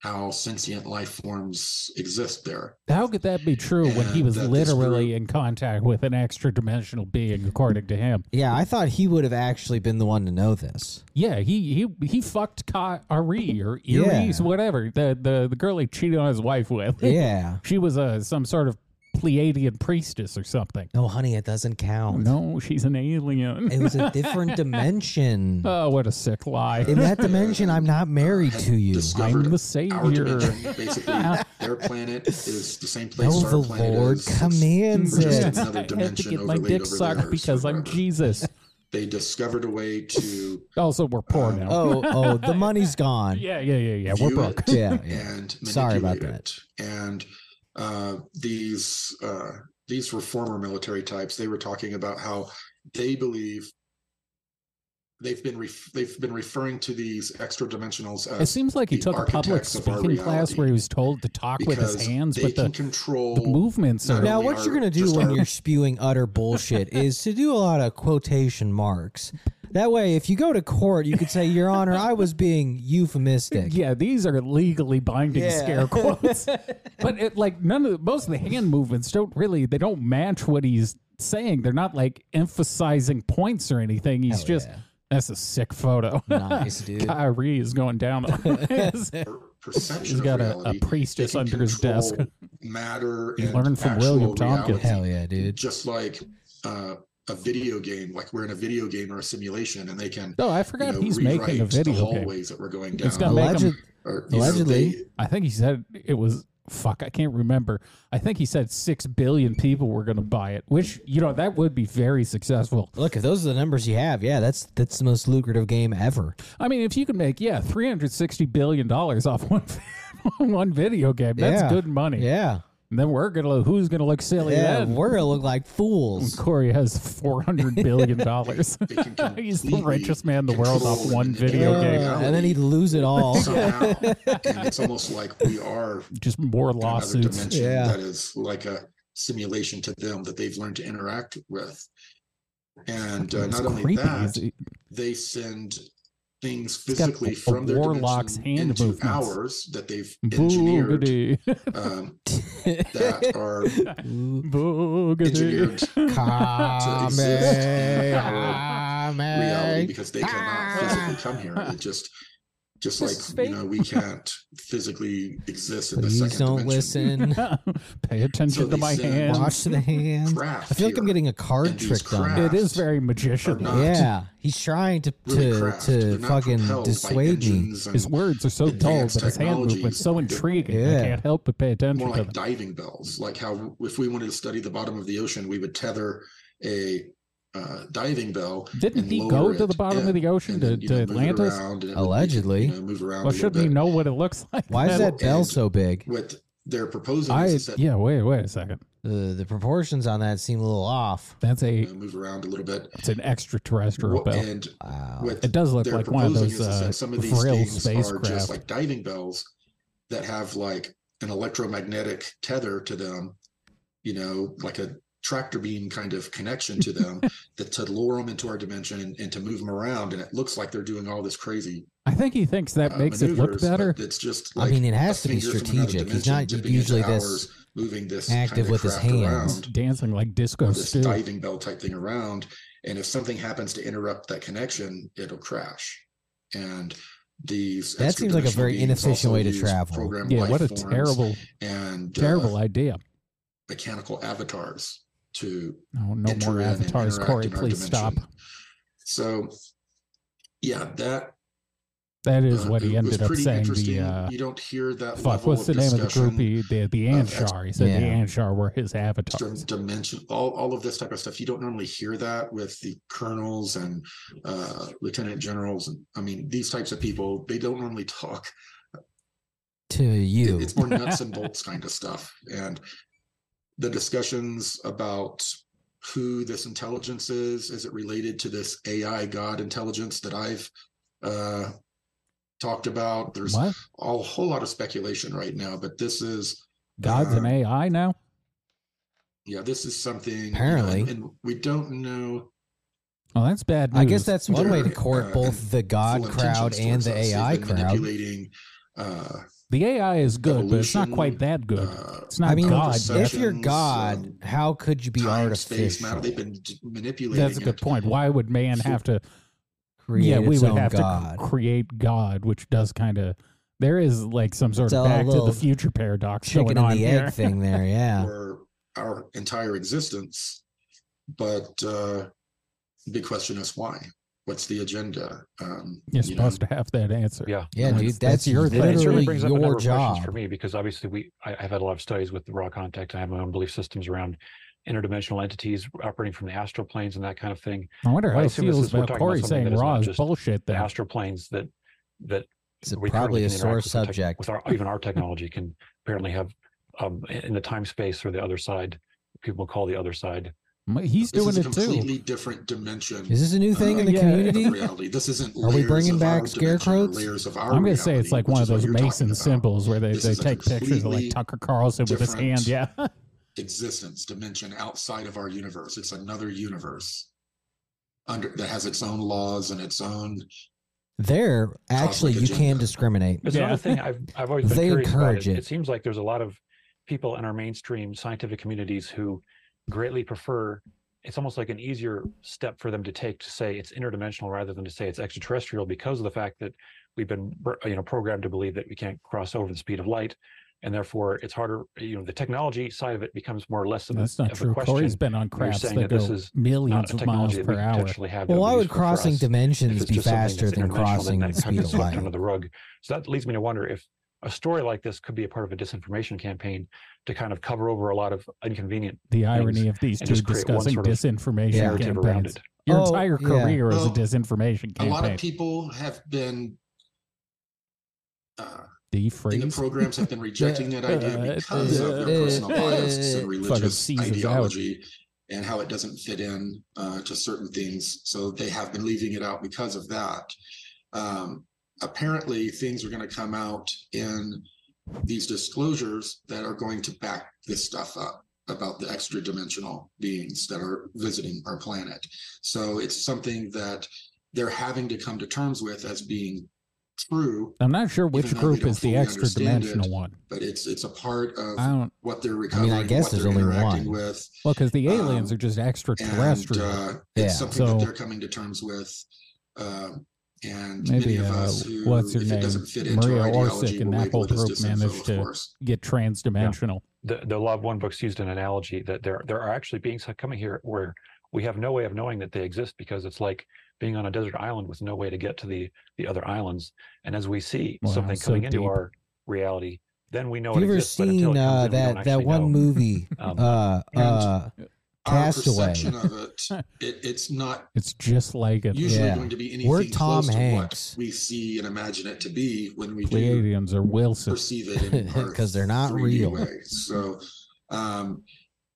Speaker 3: how sentient life forms exist there.
Speaker 1: How could that be true when he
Speaker 3: And
Speaker 1: was
Speaker 3: that is
Speaker 1: literally
Speaker 3: true.
Speaker 1: in contact with an extra dimensional being, according to him?
Speaker 2: Yeah, I thought he would have actually been the one to know this.
Speaker 1: Yeah, he he he fucked Ka- Ari or Iris,
Speaker 2: Yeah.
Speaker 1: whatever the the the girl he cheated on his wife with.
Speaker 2: Yeah.
Speaker 1: she was a some sort of Pleiadian priestess or something.
Speaker 2: No, honey, it doesn't
Speaker 3: Oh.
Speaker 2: count.
Speaker 1: No, she's an alien.
Speaker 2: It was a different dimension.
Speaker 1: oh, what a sick lie!
Speaker 2: In that dimension, I'm not married to you.
Speaker 1: I'm
Speaker 3: Uh, Discovered
Speaker 1: the
Speaker 3: our
Speaker 1: savior.
Speaker 3: dimension, basically, their planet is the same place
Speaker 2: No,
Speaker 3: our
Speaker 2: the
Speaker 3: planet
Speaker 2: Lord
Speaker 3: is. It's-
Speaker 2: commands
Speaker 3: we're just
Speaker 2: it.
Speaker 3: in another
Speaker 1: I have to
Speaker 3: dimension
Speaker 1: get my
Speaker 3: overlaid
Speaker 1: dick
Speaker 3: over
Speaker 1: sucked
Speaker 3: theirs
Speaker 1: because
Speaker 3: or
Speaker 1: I'm
Speaker 3: whatever.
Speaker 1: Jesus.
Speaker 3: They discovered a way to
Speaker 1: Also, we're poor
Speaker 3: Um,
Speaker 1: now.
Speaker 2: Oh, oh, the money's gone.
Speaker 1: yeah, yeah, yeah, yeah. We're
Speaker 3: View
Speaker 1: broke.
Speaker 3: it
Speaker 2: Yeah, yeah.
Speaker 3: and
Speaker 2: Sorry about
Speaker 3: manipulate it. And uh, these uh, these were former military types. They were talking about how they believe they've been ref- they've been referring to these extra dimensionals
Speaker 1: It
Speaker 3: as
Speaker 1: seems like he
Speaker 3: uh, the
Speaker 1: took a public
Speaker 3: architects of our
Speaker 1: speaking class
Speaker 3: reality
Speaker 1: where he was told to talk with his
Speaker 3: because
Speaker 1: hands,
Speaker 3: they
Speaker 1: but
Speaker 3: can
Speaker 1: the,
Speaker 3: control
Speaker 1: the movements
Speaker 3: not
Speaker 1: are.
Speaker 2: Now,
Speaker 3: only
Speaker 2: what you're
Speaker 3: are
Speaker 2: going to do
Speaker 3: just
Speaker 2: when
Speaker 3: our-
Speaker 2: you're spewing utter bullshit is to do a lot of quotation marks. That way, if you go to court, you could say, Your Honor, I was being euphemistic.
Speaker 1: yeah, these are legally binding
Speaker 2: Yeah.
Speaker 1: scare quotes. but it, like none of the, most of the hand movements don't really they don't match what he's saying. They're not like emphasizing points or anything. He's
Speaker 2: Hell
Speaker 1: just
Speaker 2: yeah.
Speaker 1: that's a sick photo.
Speaker 2: Nice, dude.
Speaker 1: Kyrie is going down on this.
Speaker 3: per- perception
Speaker 1: He's
Speaker 3: of
Speaker 1: got a, a
Speaker 3: reality. They
Speaker 1: priestess
Speaker 3: can
Speaker 1: under his
Speaker 3: control
Speaker 1: desk.
Speaker 3: matter
Speaker 1: He
Speaker 3: and
Speaker 1: learned from
Speaker 3: actual
Speaker 1: William Tompkins.
Speaker 3: reality.
Speaker 2: Hell yeah, dude.
Speaker 3: just like uh, a video game, like we're in a video game or a simulation, and they can
Speaker 1: Oh, I
Speaker 3: you
Speaker 1: forgot
Speaker 3: know,
Speaker 1: he's
Speaker 3: rewrite
Speaker 1: making a
Speaker 3: the
Speaker 1: video game.
Speaker 3: hallways that we're going down.
Speaker 1: It's gonna make him
Speaker 2: Alleged-
Speaker 3: or, you know,
Speaker 2: allegedly.
Speaker 3: they-
Speaker 1: I think he said it was fuck. I can't remember. I think he said six billion people were going to buy it, which you know that would be very successful.
Speaker 2: Look, if those are the numbers you have, yeah, that's that's the most lucrative game ever.
Speaker 1: I mean, if you can make yeah three hundred sixty billion dollars off one one video game, that's
Speaker 2: Yeah.
Speaker 1: good money.
Speaker 2: Yeah.
Speaker 1: And then we're gonna look, who's going to look silly
Speaker 2: Yeah,
Speaker 1: then?
Speaker 2: we're going to look like fools.
Speaker 1: Corey has four hundred billion dollars.
Speaker 3: they can
Speaker 1: He's the
Speaker 3: completely
Speaker 1: richest man in the world off
Speaker 3: control and
Speaker 1: one video game.
Speaker 3: manipulate
Speaker 2: Uh,
Speaker 3: reality
Speaker 2: and then he'd lose it all.
Speaker 3: somehow. and it's almost like we are
Speaker 1: Just more
Speaker 3: in another
Speaker 1: lawsuits.
Speaker 3: dimension
Speaker 2: Yeah.
Speaker 3: that is like a simulation to them that they've learned to interact with. And uh,
Speaker 1: It's
Speaker 3: not only
Speaker 1: creepy.
Speaker 3: that,
Speaker 1: It's-
Speaker 3: they send things
Speaker 1: It's got
Speaker 3: physically
Speaker 1: a
Speaker 3: from their
Speaker 1: warlock's
Speaker 3: dimension
Speaker 1: hand
Speaker 3: into
Speaker 1: movements.
Speaker 3: ours that they've engineered
Speaker 1: Boogity.
Speaker 3: um, that are engineered
Speaker 1: Boogity.
Speaker 3: reality
Speaker 2: Kame.
Speaker 3: because they cannot physically come here. It just just like you know we can't physically exist in the
Speaker 2: Please
Speaker 3: second
Speaker 2: don't
Speaker 3: dimension.
Speaker 2: listen.
Speaker 1: Pay attention
Speaker 3: So
Speaker 1: to
Speaker 3: they
Speaker 1: my
Speaker 3: said,
Speaker 1: hands.
Speaker 2: Watch the hands.
Speaker 3: Craft
Speaker 2: I feel like I'm
Speaker 3: here.
Speaker 2: getting a card
Speaker 3: And these
Speaker 2: trick on.
Speaker 3: crafts
Speaker 1: It is very
Speaker 3: are
Speaker 1: magician.
Speaker 3: not
Speaker 2: Yeah, he's trying to
Speaker 3: really
Speaker 2: to,
Speaker 3: craft. They're
Speaker 2: to
Speaker 3: not
Speaker 2: fucking
Speaker 3: propelled by
Speaker 2: dissuade me.
Speaker 3: engines
Speaker 1: His
Speaker 3: and
Speaker 1: words are so dull,
Speaker 3: advanced
Speaker 1: but his hand
Speaker 3: technology.
Speaker 1: movement's so intriguing. I
Speaker 2: Yeah.
Speaker 1: can't help but pay attention
Speaker 3: More
Speaker 1: to
Speaker 3: like
Speaker 1: them.
Speaker 3: diving bells, like how if we wanted to study the bottom of the ocean, we would tether a uh, diving bell.
Speaker 1: Didn't
Speaker 3: and
Speaker 1: he
Speaker 3: lower
Speaker 1: go to
Speaker 3: it
Speaker 1: the bottom of
Speaker 3: and-
Speaker 1: the ocean
Speaker 3: and
Speaker 1: to,
Speaker 3: then, you
Speaker 1: to
Speaker 3: know, move it
Speaker 1: Atlantis?
Speaker 3: around and it would,
Speaker 2: Allegedly.
Speaker 3: you know, move around. a
Speaker 1: Well,
Speaker 3: little
Speaker 1: shouldn't he
Speaker 3: bit.
Speaker 1: know what it looks like?
Speaker 2: Why is that bell so big?
Speaker 3: What they're proposing
Speaker 1: I
Speaker 3: is that
Speaker 1: yeah. Wait, wait a second.
Speaker 2: The the proportions on that seem a little off.
Speaker 1: That's
Speaker 3: you
Speaker 1: a
Speaker 3: know, move around a little bit.
Speaker 1: it's an extraterrestrial
Speaker 3: What-
Speaker 1: bell.
Speaker 3: And
Speaker 2: Wow.
Speaker 3: what
Speaker 1: It does look
Speaker 3: they're
Speaker 1: like one of
Speaker 3: proposing
Speaker 1: those
Speaker 3: is that
Speaker 1: uh,
Speaker 3: some of these
Speaker 1: frail
Speaker 3: things are
Speaker 1: spacecraft.
Speaker 3: just like diving bells that have like an electromagnetic tether to them, you know, like a tractor beam kind of connection to them that to lure them into our dimension and, and to move them around. And it looks like they're doing all this crazy.
Speaker 1: I think he thinks that
Speaker 3: uh,
Speaker 1: makes it look
Speaker 3: maneuvers, but
Speaker 1: better.
Speaker 3: It's just
Speaker 2: I
Speaker 3: like
Speaker 2: mean, it
Speaker 3: a
Speaker 2: has to be
Speaker 3: finger from another
Speaker 2: strategic. He's
Speaker 3: dimension
Speaker 2: not
Speaker 3: dipping
Speaker 2: usually
Speaker 3: into
Speaker 2: this
Speaker 3: ours, moving this
Speaker 2: active
Speaker 3: kind of
Speaker 2: with his
Speaker 3: craft
Speaker 2: hands.
Speaker 3: around
Speaker 1: Dancing like disco
Speaker 3: or this
Speaker 1: stew.
Speaker 3: diving bell type thing around. And if something happens to interrupt that connection, it'll crash. And these
Speaker 2: That seems like a
Speaker 3: extra-dimensional
Speaker 2: very
Speaker 3: beings
Speaker 2: inefficient
Speaker 3: also
Speaker 2: way to
Speaker 3: use
Speaker 2: travel.
Speaker 3: programmed
Speaker 1: Yeah,
Speaker 3: life
Speaker 1: what a
Speaker 3: forms
Speaker 1: terrible,
Speaker 3: and
Speaker 1: terrible
Speaker 3: uh,
Speaker 1: idea.
Speaker 3: mechanical avatars to
Speaker 1: No, no
Speaker 3: enter
Speaker 1: more
Speaker 3: in and
Speaker 1: avatars,
Speaker 3: interact
Speaker 1: Corey.
Speaker 3: in our
Speaker 1: Please stop.
Speaker 3: dimension. So, yeah, that
Speaker 1: That is
Speaker 3: uh,
Speaker 1: what he
Speaker 3: it was
Speaker 1: ended up
Speaker 3: pretty
Speaker 1: saying.
Speaker 3: interesting.
Speaker 1: The uh,
Speaker 3: you don't hear that.
Speaker 1: fuck.
Speaker 3: level
Speaker 1: What's the
Speaker 3: of
Speaker 1: name of the
Speaker 3: discussion.
Speaker 1: group? He, the the
Speaker 3: of
Speaker 1: Anshar. He said the
Speaker 2: Yeah.
Speaker 1: Anshar were his
Speaker 3: certain
Speaker 1: avatars.
Speaker 3: dimension all, all of this type of stuff you don't normally hear that with the colonels and uh, lieutenant generals and i mean these types of people they don't normally talk
Speaker 2: To
Speaker 3: It-
Speaker 2: you.
Speaker 3: it's more nuts and bolts kind of stuff and the discussions about who this intelligence is. Is it related to this AI God intelligence that I've uh, talked about? There's
Speaker 1: What?
Speaker 3: a whole lot of speculation right now, but this is
Speaker 1: God's an
Speaker 3: Uh,
Speaker 1: AI now?
Speaker 3: yeah, this is something you know,
Speaker 2: Apparently.
Speaker 3: and, and we don't know.
Speaker 1: Oh, that's bad news.
Speaker 2: I guess that's one way to
Speaker 3: They're,
Speaker 2: court
Speaker 3: uh,
Speaker 2: both the God
Speaker 3: full
Speaker 2: crowd and
Speaker 3: intentions towards
Speaker 2: the
Speaker 3: us. They've
Speaker 2: AI
Speaker 3: been
Speaker 2: crowd.
Speaker 3: manipulating. Uh,
Speaker 1: the AI is good, but it's not
Speaker 3: evolution,
Speaker 1: quite that good.
Speaker 3: uh,
Speaker 1: it's not
Speaker 2: I mean,
Speaker 1: God.
Speaker 2: if you're
Speaker 3: perceptions,
Speaker 2: God,
Speaker 3: um,
Speaker 2: how could you be
Speaker 3: time, space, matter.
Speaker 2: artificial?
Speaker 3: They've been d- manipulating.
Speaker 1: That's a good
Speaker 3: it.
Speaker 1: point. Why would man
Speaker 3: So-
Speaker 1: have to?
Speaker 2: Create
Speaker 1: yeah, we
Speaker 2: its
Speaker 1: would
Speaker 2: own
Speaker 1: have
Speaker 2: God.
Speaker 1: to c- create God, which does kind of. There is like some sort
Speaker 2: It's a
Speaker 1: of back to
Speaker 2: little
Speaker 1: the future paradox
Speaker 2: Chicken
Speaker 1: going
Speaker 2: and
Speaker 1: on
Speaker 2: the
Speaker 1: here.
Speaker 2: egg thing there, yeah.
Speaker 3: for our entire existence. But uh, the big question is why? What's the agenda? Um,
Speaker 1: You're
Speaker 3: you know,
Speaker 1: supposed to have that answer.
Speaker 5: Yeah.
Speaker 2: Yeah,
Speaker 1: That's-
Speaker 2: dude,
Speaker 1: that's
Speaker 2: that's,
Speaker 1: your
Speaker 2: your
Speaker 1: thing.
Speaker 5: And it
Speaker 2: literally
Speaker 5: certainly brings up a number
Speaker 2: your
Speaker 5: of questions
Speaker 2: job.
Speaker 5: for me because obviously we I, I've had a lot of studies with the raw contact. I have my own belief systems around interdimensional entities operating from the astral planes and that kind of thing.
Speaker 1: I wonder
Speaker 5: Well,
Speaker 1: how
Speaker 5: I
Speaker 1: it
Speaker 5: assume this
Speaker 1: feels
Speaker 5: is- we're
Speaker 1: about
Speaker 5: talking about
Speaker 1: Corey
Speaker 5: something
Speaker 1: saying
Speaker 5: that is
Speaker 1: raw
Speaker 5: not
Speaker 1: is
Speaker 5: just
Speaker 1: bullshit.
Speaker 5: The
Speaker 1: Then
Speaker 5: astral planes that that
Speaker 2: It's a-
Speaker 5: we currently
Speaker 2: probably a
Speaker 5: can interact
Speaker 2: sore
Speaker 5: with the tech-
Speaker 2: subject.
Speaker 5: with our even our technology can apparently have um, in the time space or the other side. People call the other side.
Speaker 1: M- he's
Speaker 3: this
Speaker 1: doing
Speaker 3: is a
Speaker 1: it too.
Speaker 3: completely different dimension.
Speaker 2: Is this a new thing in the
Speaker 1: Yeah.
Speaker 3: of
Speaker 2: community?
Speaker 3: reality. This isn't.
Speaker 2: Are we
Speaker 3: layers
Speaker 2: bringing
Speaker 3: of
Speaker 2: back
Speaker 3: our dimension or
Speaker 2: scarecrows?
Speaker 3: Layers of our
Speaker 1: I'm gonna say it's
Speaker 3: reality,
Speaker 1: like one of
Speaker 3: which is what
Speaker 1: those
Speaker 3: you're talking
Speaker 1: Mason
Speaker 3: about.
Speaker 1: symbols where they,
Speaker 3: This
Speaker 1: they
Speaker 3: is a
Speaker 1: take pictures of like
Speaker 3: completely
Speaker 1: Tucker Carlson with his hand.
Speaker 3: different-
Speaker 1: Yeah,
Speaker 3: Existence, dimension outside of our universe. It's another universe under that has its own laws and its own.
Speaker 2: There, actually, you can
Speaker 3: agenda.
Speaker 2: discriminate.
Speaker 5: It's
Speaker 1: Yeah.
Speaker 5: another thing I've I've always been
Speaker 2: They
Speaker 5: curious
Speaker 2: encourage
Speaker 5: about.
Speaker 2: it.
Speaker 5: It. it seems like there's a lot of people in our mainstream scientific communities who greatly prefer. It's almost like an easier step for them to take to say it's interdimensional rather than to say it's extraterrestrial because of the fact that we've been you know programmed to believe that we can't cross over the speed of light, and therefore it's harder. You know, the technology side of it becomes more or less of, a-
Speaker 1: that's not
Speaker 5: of
Speaker 1: true.
Speaker 5: a question.
Speaker 1: Corey's been on crafts
Speaker 5: saying
Speaker 1: that
Speaker 5: that this
Speaker 1: go
Speaker 5: is not
Speaker 1: millions
Speaker 5: a
Speaker 1: of miles
Speaker 5: technology that we
Speaker 1: per
Speaker 5: could
Speaker 1: hour.
Speaker 5: potentially have. that
Speaker 2: Well,
Speaker 5: would
Speaker 2: why
Speaker 5: be
Speaker 2: would
Speaker 5: useful for
Speaker 2: crossing
Speaker 5: us? if
Speaker 2: dimensions
Speaker 5: it's
Speaker 2: be
Speaker 5: just something
Speaker 2: faster
Speaker 5: that's
Speaker 2: than
Speaker 5: international, then
Speaker 2: crossing
Speaker 5: that
Speaker 2: the
Speaker 5: kind of
Speaker 2: speed
Speaker 5: gets
Speaker 2: of
Speaker 5: swept
Speaker 2: light?
Speaker 5: under the rug. So that leads me to wonder if a story like this could be a part of a disinformation campaign to kind of cover over a lot of inconvenient
Speaker 1: The irony of these
Speaker 5: and
Speaker 1: two
Speaker 5: just create one
Speaker 1: discussing
Speaker 5: sort of
Speaker 1: disinformation
Speaker 5: narrative around
Speaker 1: campaigns.
Speaker 5: it.
Speaker 1: Your
Speaker 2: Oh,
Speaker 1: entire
Speaker 2: yeah.
Speaker 1: career is a
Speaker 3: Well,
Speaker 1: disinformation
Speaker 3: A lot
Speaker 1: campaign.
Speaker 3: of people have been. Uh, in the
Speaker 1: Defreeze.
Speaker 3: programs have been rejecting that
Speaker 1: Uh,
Speaker 3: idea because of their personal
Speaker 2: uh,
Speaker 3: biases and
Speaker 2: uh,
Speaker 1: fucking
Speaker 3: religious
Speaker 1: Caesar's
Speaker 3: ideology and how it doesn't fit in uh, to certain things. So they have been leaving it out because of that. Um, apparently, things are going to come out in these disclosures that are going to back this stuff up about the extra dimensional beings that are visiting our planet. So it's something that they're having to come to terms with as being true
Speaker 1: I'm not sure which
Speaker 3: Even though we
Speaker 1: group
Speaker 3: don't
Speaker 1: is the
Speaker 3: fully
Speaker 1: extra
Speaker 3: understand
Speaker 1: dimensional
Speaker 3: it,
Speaker 1: one.
Speaker 3: but it's it's a part of
Speaker 1: I don't.
Speaker 3: what they're
Speaker 2: I mean,
Speaker 3: recovering.
Speaker 2: I guess
Speaker 3: what
Speaker 2: there's
Speaker 3: they're
Speaker 2: only
Speaker 3: interacting
Speaker 2: one.
Speaker 3: with,
Speaker 1: Well, because the aliens
Speaker 3: um,
Speaker 1: are just
Speaker 3: and
Speaker 1: extraterrestrial.
Speaker 3: uh,
Speaker 2: Yeah,
Speaker 3: it's something
Speaker 1: so-
Speaker 3: that they're coming to terms with. Um, and
Speaker 1: Maybe,
Speaker 3: many of
Speaker 1: uh,
Speaker 3: us who,
Speaker 1: what's her
Speaker 3: if
Speaker 1: name?
Speaker 3: it doesn't fit into our
Speaker 1: Maria Orsic
Speaker 3: ideology,
Speaker 1: and
Speaker 3: will
Speaker 1: that
Speaker 3: label
Speaker 1: whole
Speaker 3: it
Speaker 1: group
Speaker 3: as
Speaker 1: managed
Speaker 3: disinfo, of
Speaker 1: to-
Speaker 3: course.
Speaker 1: Get transdimensional.
Speaker 5: the the Law of One books used an analogy that there there are actually beings coming here where we have no way of knowing that they exist because it's like being on a desert island with no way to get to the the other islands. And as we see
Speaker 1: Wow,
Speaker 5: something
Speaker 1: so
Speaker 5: coming into
Speaker 1: deep.
Speaker 5: our reality, then we know
Speaker 2: Have
Speaker 5: it
Speaker 2: you ever
Speaker 5: exists. but until
Speaker 2: seen
Speaker 5: it comes
Speaker 2: uh,
Speaker 5: in, we don't
Speaker 2: that that
Speaker 5: actually
Speaker 2: one
Speaker 5: know.
Speaker 2: movie?
Speaker 5: Um,
Speaker 2: Uh,
Speaker 3: and-
Speaker 2: uh,
Speaker 3: Our
Speaker 2: Castaway.
Speaker 3: perception of it, it it's not
Speaker 1: It's just like it.
Speaker 3: usually
Speaker 2: Yeah.
Speaker 3: going to be anything
Speaker 2: We're Tom
Speaker 3: close
Speaker 2: Hanks.
Speaker 3: to what we see and imagine it to be when we
Speaker 1: The
Speaker 3: do
Speaker 1: aliens are Wilson.
Speaker 3: perceive it in our
Speaker 2: 'Cause they're not
Speaker 3: 3D
Speaker 2: real.
Speaker 3: way. So um,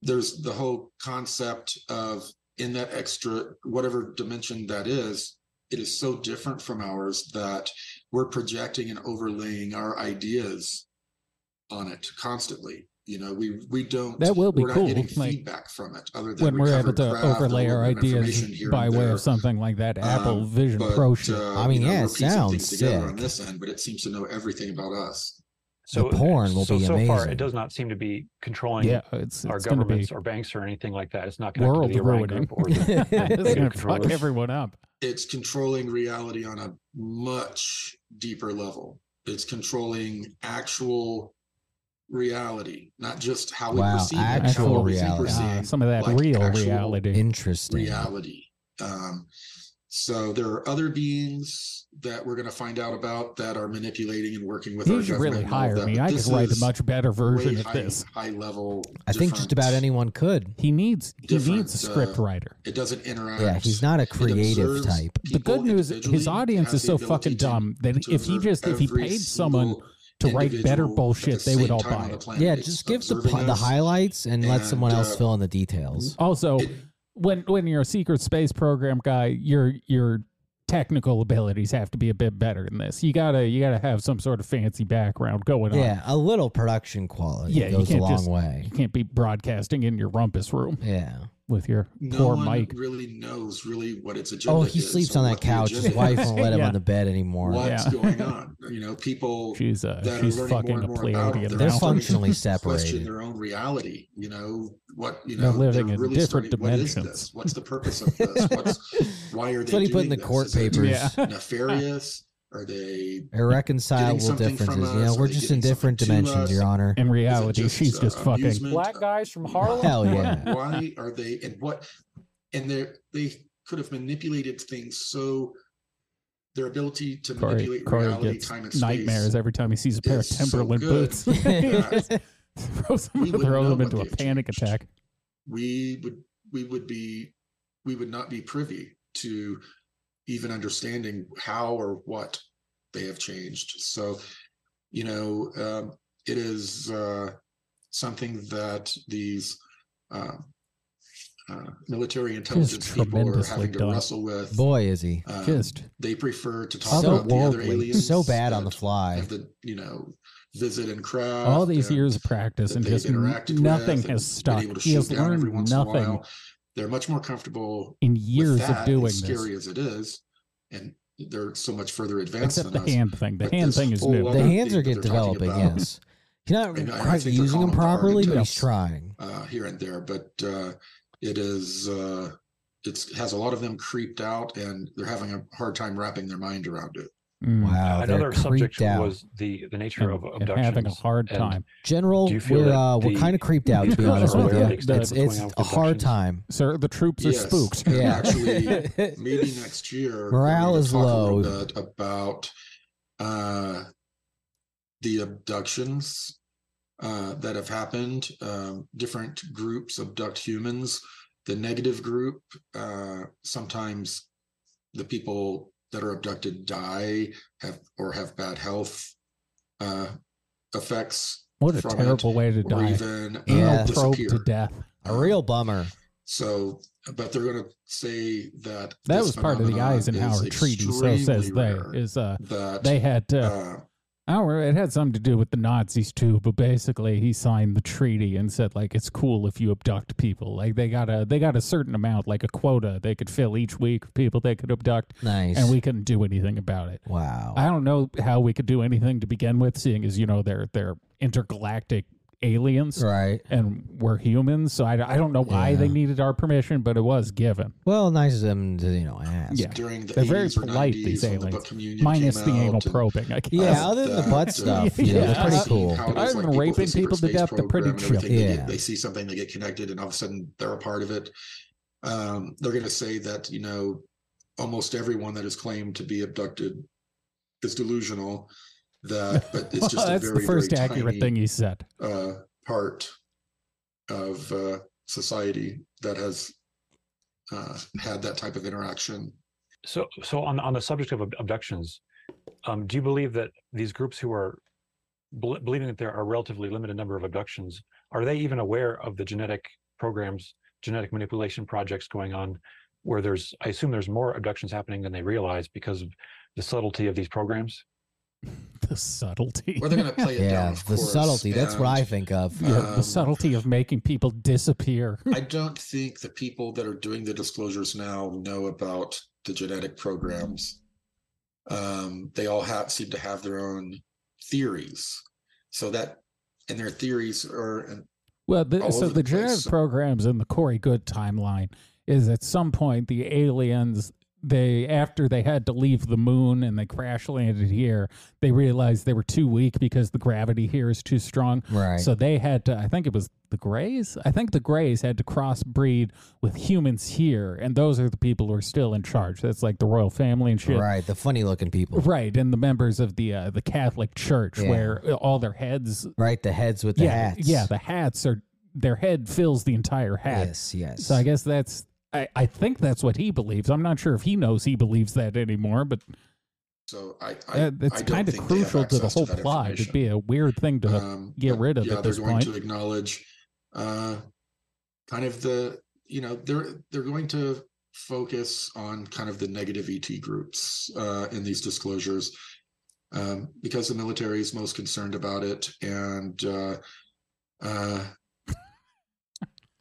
Speaker 3: there's the whole concept of in that extra whatever dimension that is, it is so different from ours that we're projecting and overlaying our ideas on it constantly. You know, we we don't
Speaker 1: That will be
Speaker 3: we're
Speaker 1: cool,
Speaker 3: not getting
Speaker 1: like,
Speaker 3: feedback from it other than
Speaker 1: When we're able
Speaker 3: recovered
Speaker 1: to
Speaker 3: craft or
Speaker 1: overlay our
Speaker 3: little bit of information
Speaker 1: ideas
Speaker 3: here
Speaker 1: by
Speaker 3: and
Speaker 1: way
Speaker 3: there.
Speaker 1: of something like that Apple
Speaker 3: Um,
Speaker 1: Vision
Speaker 3: But,
Speaker 1: Pro shit.
Speaker 3: uh,
Speaker 2: I mean,
Speaker 3: you know,
Speaker 2: yeah, it
Speaker 3: we're piecing
Speaker 2: sounds
Speaker 3: things together
Speaker 2: sick.
Speaker 3: On this end, but it seems to know everything about us.
Speaker 5: So
Speaker 2: porn will
Speaker 5: so,
Speaker 2: be
Speaker 5: so far,
Speaker 2: amazing.
Speaker 5: it does not seem to be controlling
Speaker 1: yeah, it's,
Speaker 5: our
Speaker 1: it's going to be
Speaker 5: governments or banks or anything like that. It's not connected to
Speaker 1: world
Speaker 5: the Orion
Speaker 1: ruining.
Speaker 5: group or the
Speaker 1: it's
Speaker 5: computer
Speaker 1: going to fuck
Speaker 5: controllers.
Speaker 1: everyone up.
Speaker 3: it's controlling reality on a much deeper level. It's controlling actual reality, not just how we
Speaker 2: Wow,
Speaker 3: perceive it,
Speaker 2: actual
Speaker 3: how we think
Speaker 2: reality.
Speaker 3: we're
Speaker 1: Ah,
Speaker 3: seeing
Speaker 1: some of that
Speaker 3: like,
Speaker 1: real
Speaker 3: actual
Speaker 1: reality.
Speaker 2: Interesting.
Speaker 3: reality. Um, so there are other beings that we're going to find out about that are manipulating and working with our
Speaker 1: You should
Speaker 3: government
Speaker 1: really
Speaker 3: and all of
Speaker 1: hire
Speaker 3: that,
Speaker 1: me.
Speaker 3: but
Speaker 1: I
Speaker 3: this
Speaker 1: could write a
Speaker 3: is
Speaker 1: much better
Speaker 3: way
Speaker 1: version of
Speaker 3: high,
Speaker 1: this.
Speaker 3: High level.
Speaker 2: I think just
Speaker 3: different-
Speaker 2: about anyone could.
Speaker 1: He needs he
Speaker 3: different,
Speaker 1: needs a
Speaker 3: uh,
Speaker 1: script writer.
Speaker 3: It doesn't interact.
Speaker 2: Yeah, he's not a
Speaker 3: It
Speaker 2: creative
Speaker 3: observes
Speaker 2: type.
Speaker 1: The good
Speaker 3: people
Speaker 1: news is his
Speaker 3: individually,
Speaker 1: audience
Speaker 3: has
Speaker 1: is
Speaker 3: the
Speaker 1: so
Speaker 3: ability
Speaker 1: fucking
Speaker 3: to-
Speaker 1: dumb that
Speaker 3: to
Speaker 1: if he
Speaker 3: observe
Speaker 1: just if he
Speaker 3: every
Speaker 1: paid someone
Speaker 3: single
Speaker 1: to write better
Speaker 3: individual at
Speaker 1: bullshit,
Speaker 3: the
Speaker 1: they would
Speaker 3: same
Speaker 1: all
Speaker 3: time
Speaker 1: buy
Speaker 3: on the
Speaker 1: it.
Speaker 3: planet.
Speaker 2: Yeah,
Speaker 3: It's
Speaker 2: just give the
Speaker 3: observing
Speaker 2: pl- the
Speaker 3: us.
Speaker 2: highlights and let someone
Speaker 3: and,
Speaker 2: else
Speaker 3: uh,
Speaker 2: fill in the details.
Speaker 1: Also,
Speaker 3: It-
Speaker 1: when when you're a secret space program guy, your your technical abilities have to be a bit better than this. You gotta you gotta have some sort of fancy background going on.
Speaker 2: Yeah, a little production quality
Speaker 1: Yeah, you
Speaker 2: goes a
Speaker 1: can't
Speaker 2: long
Speaker 1: just-
Speaker 2: way.
Speaker 1: You can't be broadcasting in your rumpus room
Speaker 2: Yeah.
Speaker 1: with your
Speaker 3: No
Speaker 1: poor
Speaker 3: one
Speaker 1: mic.
Speaker 3: really knows really what its agenda.
Speaker 2: Oh, he
Speaker 3: is
Speaker 2: sleeps
Speaker 3: or
Speaker 2: on that
Speaker 3: what the
Speaker 2: couch. His
Speaker 3: agenda
Speaker 2: wife
Speaker 3: is.
Speaker 2: won't let him
Speaker 1: Yeah.
Speaker 2: on the bed anymore.
Speaker 3: What's
Speaker 1: Yeah.
Speaker 3: going on? You know, people
Speaker 1: She's uh,
Speaker 3: that
Speaker 1: she's
Speaker 3: are learning
Speaker 1: fucking
Speaker 3: more
Speaker 1: a
Speaker 3: and more about
Speaker 1: Pleiadian
Speaker 3: their
Speaker 2: They're
Speaker 1: now.
Speaker 3: own-
Speaker 2: functionally
Speaker 3: question
Speaker 2: separated.
Speaker 3: their own reality. You know what? You
Speaker 1: They're
Speaker 3: know,
Speaker 1: living in
Speaker 3: really
Speaker 1: different
Speaker 3: starting- What is
Speaker 1: dimensions.
Speaker 3: this? What's the purpose of this? What's why are
Speaker 2: That's
Speaker 3: they?
Speaker 2: what he
Speaker 3: doing
Speaker 2: put in the
Speaker 3: this?
Speaker 2: court
Speaker 3: Is it
Speaker 2: papers.
Speaker 1: Yeah.
Speaker 3: Nefarious? Are they?
Speaker 2: Irreconcilable
Speaker 3: Getting something from
Speaker 2: differences.
Speaker 3: us,
Speaker 2: You know,
Speaker 3: are
Speaker 2: we're
Speaker 3: they
Speaker 2: just in
Speaker 3: getting
Speaker 2: different
Speaker 3: something to
Speaker 2: dimensions,
Speaker 3: us?
Speaker 2: Your Honor.
Speaker 1: In reality,
Speaker 3: just,
Speaker 1: she's just
Speaker 3: uh,
Speaker 1: fucking
Speaker 3: amusement?
Speaker 7: Black guys from Harlem.
Speaker 2: Hell
Speaker 3: Why-
Speaker 2: yeah.
Speaker 3: Why are they? And what? And they they could have manipulated things so their ability to
Speaker 1: Corey,
Speaker 3: manipulate
Speaker 1: Corey
Speaker 3: reality,
Speaker 1: gets
Speaker 3: time, and
Speaker 1: nightmares
Speaker 3: space.
Speaker 1: every time he sees a pair of
Speaker 3: is so
Speaker 1: Timberland
Speaker 3: good.
Speaker 1: boots.
Speaker 3: Yeah.
Speaker 1: throws them,
Speaker 3: We wouldn't
Speaker 1: throws
Speaker 3: know
Speaker 1: them
Speaker 3: what
Speaker 1: into a
Speaker 3: they've
Speaker 1: panic
Speaker 3: changed.
Speaker 1: attack.
Speaker 3: we would we would be we would not be privy to even understanding how or what they have changed so you know um, it is uh, something that these uh, uh, military intelligence people are
Speaker 1: tremendously
Speaker 3: having to
Speaker 1: done.
Speaker 3: wrestle with
Speaker 2: Boy, is he.
Speaker 3: Um,
Speaker 1: Just
Speaker 3: they prefer to talk
Speaker 2: So
Speaker 3: about the other
Speaker 2: worldly.
Speaker 3: aliens
Speaker 2: So bad on the
Speaker 3: that
Speaker 2: fly.
Speaker 3: have the you know visit and craft
Speaker 1: all these
Speaker 3: and-
Speaker 1: years of practice
Speaker 3: that
Speaker 1: and
Speaker 3: they've
Speaker 1: just
Speaker 3: interacted with
Speaker 1: nothing
Speaker 3: and
Speaker 1: has stuck.
Speaker 3: been able to
Speaker 1: He
Speaker 3: shoot
Speaker 1: has
Speaker 3: down every
Speaker 1: learned
Speaker 3: once in a
Speaker 1: nothing
Speaker 3: while. They're much more comfortable
Speaker 1: in
Speaker 3: with
Speaker 1: years
Speaker 3: that,
Speaker 1: of doing
Speaker 3: as
Speaker 1: this,
Speaker 3: scary as it is, and they're so much further advanced
Speaker 1: except the
Speaker 3: than us.
Speaker 1: hand thing. The
Speaker 3: But
Speaker 1: hand
Speaker 3: this
Speaker 1: thing is
Speaker 3: whole
Speaker 1: new.
Speaker 3: other
Speaker 2: The hands
Speaker 3: thing
Speaker 2: are
Speaker 3: that
Speaker 2: getting
Speaker 3: they're talking
Speaker 2: developing,
Speaker 3: about,
Speaker 2: yes. He's not
Speaker 3: And I
Speaker 2: quite
Speaker 3: think they're
Speaker 2: using them
Speaker 3: calling them targeted
Speaker 2: properly, but he's
Speaker 3: tests.
Speaker 2: trying.
Speaker 3: uh, here and there, but uh, it is uh, it's has a lot of them creeped out, and they're having a hard time wrapping their mind around it.
Speaker 1: Mm.
Speaker 2: Wow.
Speaker 5: Another
Speaker 2: Another
Speaker 5: subject
Speaker 2: creeped out.
Speaker 5: was the the nature
Speaker 1: And,
Speaker 5: of
Speaker 1: and
Speaker 5: abductions.
Speaker 1: having a hard
Speaker 5: and
Speaker 1: time.
Speaker 2: General,
Speaker 5: Do you feel
Speaker 2: we're,
Speaker 5: that
Speaker 2: uh, we're
Speaker 5: the-
Speaker 2: kind of creeped out, to be
Speaker 1: people
Speaker 2: honest
Speaker 1: are
Speaker 2: with
Speaker 1: aware of
Speaker 2: you.
Speaker 1: the extent
Speaker 2: It's,
Speaker 5: of what's
Speaker 2: it's
Speaker 5: going on
Speaker 2: a
Speaker 5: with
Speaker 2: hard
Speaker 5: abductions?
Speaker 2: time.
Speaker 1: Sir, the troops are
Speaker 3: Yes,
Speaker 1: spooked.
Speaker 3: and
Speaker 2: Yeah.
Speaker 3: actually, maybe next year
Speaker 2: Morale
Speaker 3: we're gonna
Speaker 2: is
Speaker 3: talk a little
Speaker 2: low.
Speaker 3: bit about uh the abductions uh that have happened um different groups abduct humans the negative group uh sometimes the people that are abducted die have or have bad health uh effects
Speaker 1: What a
Speaker 3: from it,
Speaker 1: terrible way to
Speaker 3: or
Speaker 1: die.
Speaker 3: even uh,
Speaker 2: Yeah.
Speaker 1: Probed
Speaker 3: disappear
Speaker 1: to death.
Speaker 2: A real bummer.
Speaker 3: so, but they're going to say that
Speaker 1: That
Speaker 3: this
Speaker 1: was part of the
Speaker 3: phenomenon
Speaker 1: Eisenhower
Speaker 3: is
Speaker 1: Treaty, so says
Speaker 3: extremely
Speaker 1: they.
Speaker 3: rare,
Speaker 1: Is uh
Speaker 3: that
Speaker 1: they had to
Speaker 3: uh,
Speaker 1: I don't remember. It had something to do with the Nazis too, but basically he signed the treaty and said like it's cool if you abduct people. Like they got a they got a certain amount, like a quota they could fill each week of people they could abduct,
Speaker 2: Nice.
Speaker 1: and we couldn't do anything about it.
Speaker 2: wow.
Speaker 1: I don't know how we could do anything to begin with, seeing as you know they're they're intergalactic aliens
Speaker 2: right.
Speaker 1: and we're humans. So I, I don't know why
Speaker 2: Yeah.
Speaker 1: they needed our permission, but it was given.
Speaker 2: Well, nice of them to, you know, ask.
Speaker 1: Yeah.
Speaker 3: during the
Speaker 1: They're very
Speaker 3: 80s or
Speaker 1: polite,
Speaker 3: 90s,
Speaker 1: these
Speaker 3: when the
Speaker 1: aliens.
Speaker 3: book Communion
Speaker 1: Minus
Speaker 3: came
Speaker 1: the anal
Speaker 3: out and
Speaker 1: probing, I guess.
Speaker 2: Yeah,
Speaker 3: us
Speaker 2: other than the
Speaker 3: that,
Speaker 2: butt
Speaker 3: uh,
Speaker 2: stuff,
Speaker 1: yeah,
Speaker 2: yeah, they're
Speaker 1: that's-
Speaker 2: pretty cool.
Speaker 3: how it
Speaker 1: Other
Speaker 3: is,
Speaker 1: than
Speaker 3: like, people
Speaker 1: raping
Speaker 3: in secret
Speaker 1: people to
Speaker 3: space
Speaker 1: death, they're pretty
Speaker 3: program and everything,
Speaker 2: chill.
Speaker 3: They,
Speaker 2: Yeah.
Speaker 3: get, they see something, they get connected, and all of a sudden they're a part of it. Um, they're going to say that you know almost everyone that is claimed to be abducted is delusional. That, but it's just a
Speaker 1: that's
Speaker 3: very,
Speaker 1: the first
Speaker 3: very
Speaker 1: accurate
Speaker 3: tiny,
Speaker 1: thing he said.
Speaker 3: uh, part of uh, society that has uh, had that type of interaction.
Speaker 5: So, so on on the subject of ab- abductions, um, do you believe that these groups who are bel believing that there are a relatively limited number of abductions are they even aware of the genetic programs, genetic manipulation projects going on, where there's I assume there's more abductions happening than they realize because of the subtlety of these programs.
Speaker 1: The subtlety.
Speaker 3: Or they're going to play it down.
Speaker 2: Yeah,
Speaker 3: of
Speaker 2: the
Speaker 3: course,
Speaker 2: subtlety. That's what I
Speaker 3: and
Speaker 2: think of.
Speaker 1: Yeah, the
Speaker 3: Um,
Speaker 1: subtlety of making people disappear.
Speaker 3: I don't think the people that are doing the disclosures now know about the genetic programs. Um, they all have seem to have their own theories. So that, and their theories are, and
Speaker 1: Well, the,
Speaker 3: all
Speaker 1: so
Speaker 3: over
Speaker 1: the
Speaker 3: the place,
Speaker 1: genetic
Speaker 3: so-
Speaker 1: programs in the Corey Good timeline is at some point the aliens they after they had to leave the moon and they crash landed here, they realized they were too weak because the gravity here is too strong.
Speaker 2: Right.
Speaker 1: So they had to, I think it was the Greys. I think the Greys had to crossbreed with humans here, and those are the people who are still in charge. That's like the royal family and shit.
Speaker 2: Right. The funny looking people.
Speaker 1: Right, and the members of the uh, the Catholic Church,
Speaker 2: Yeah.
Speaker 1: where all their heads,
Speaker 2: Right. The heads with the
Speaker 1: yeah,
Speaker 2: hats.
Speaker 1: yeah, the hats are their head fills the entire hat.
Speaker 2: Yes, yes.
Speaker 1: So I guess that's I, I think that's what he believes. I'm not sure if he knows he believes that anymore, but
Speaker 3: so I, I,
Speaker 1: that, that's
Speaker 3: I don't
Speaker 1: kind of
Speaker 3: think they have
Speaker 1: crucial to the
Speaker 3: access
Speaker 1: whole
Speaker 3: that
Speaker 1: plot. It'd
Speaker 3: information.
Speaker 1: be a weird thing to
Speaker 3: um,
Speaker 1: get
Speaker 3: but
Speaker 1: rid of
Speaker 3: yeah,
Speaker 1: at
Speaker 3: they're
Speaker 1: this
Speaker 3: going
Speaker 1: point.
Speaker 3: to acknowledge uh, kind of the you know they're they're going to focus on kind of the negative ET groups uh, in these disclosures um, because the military is most concerned about it, and uh, uh,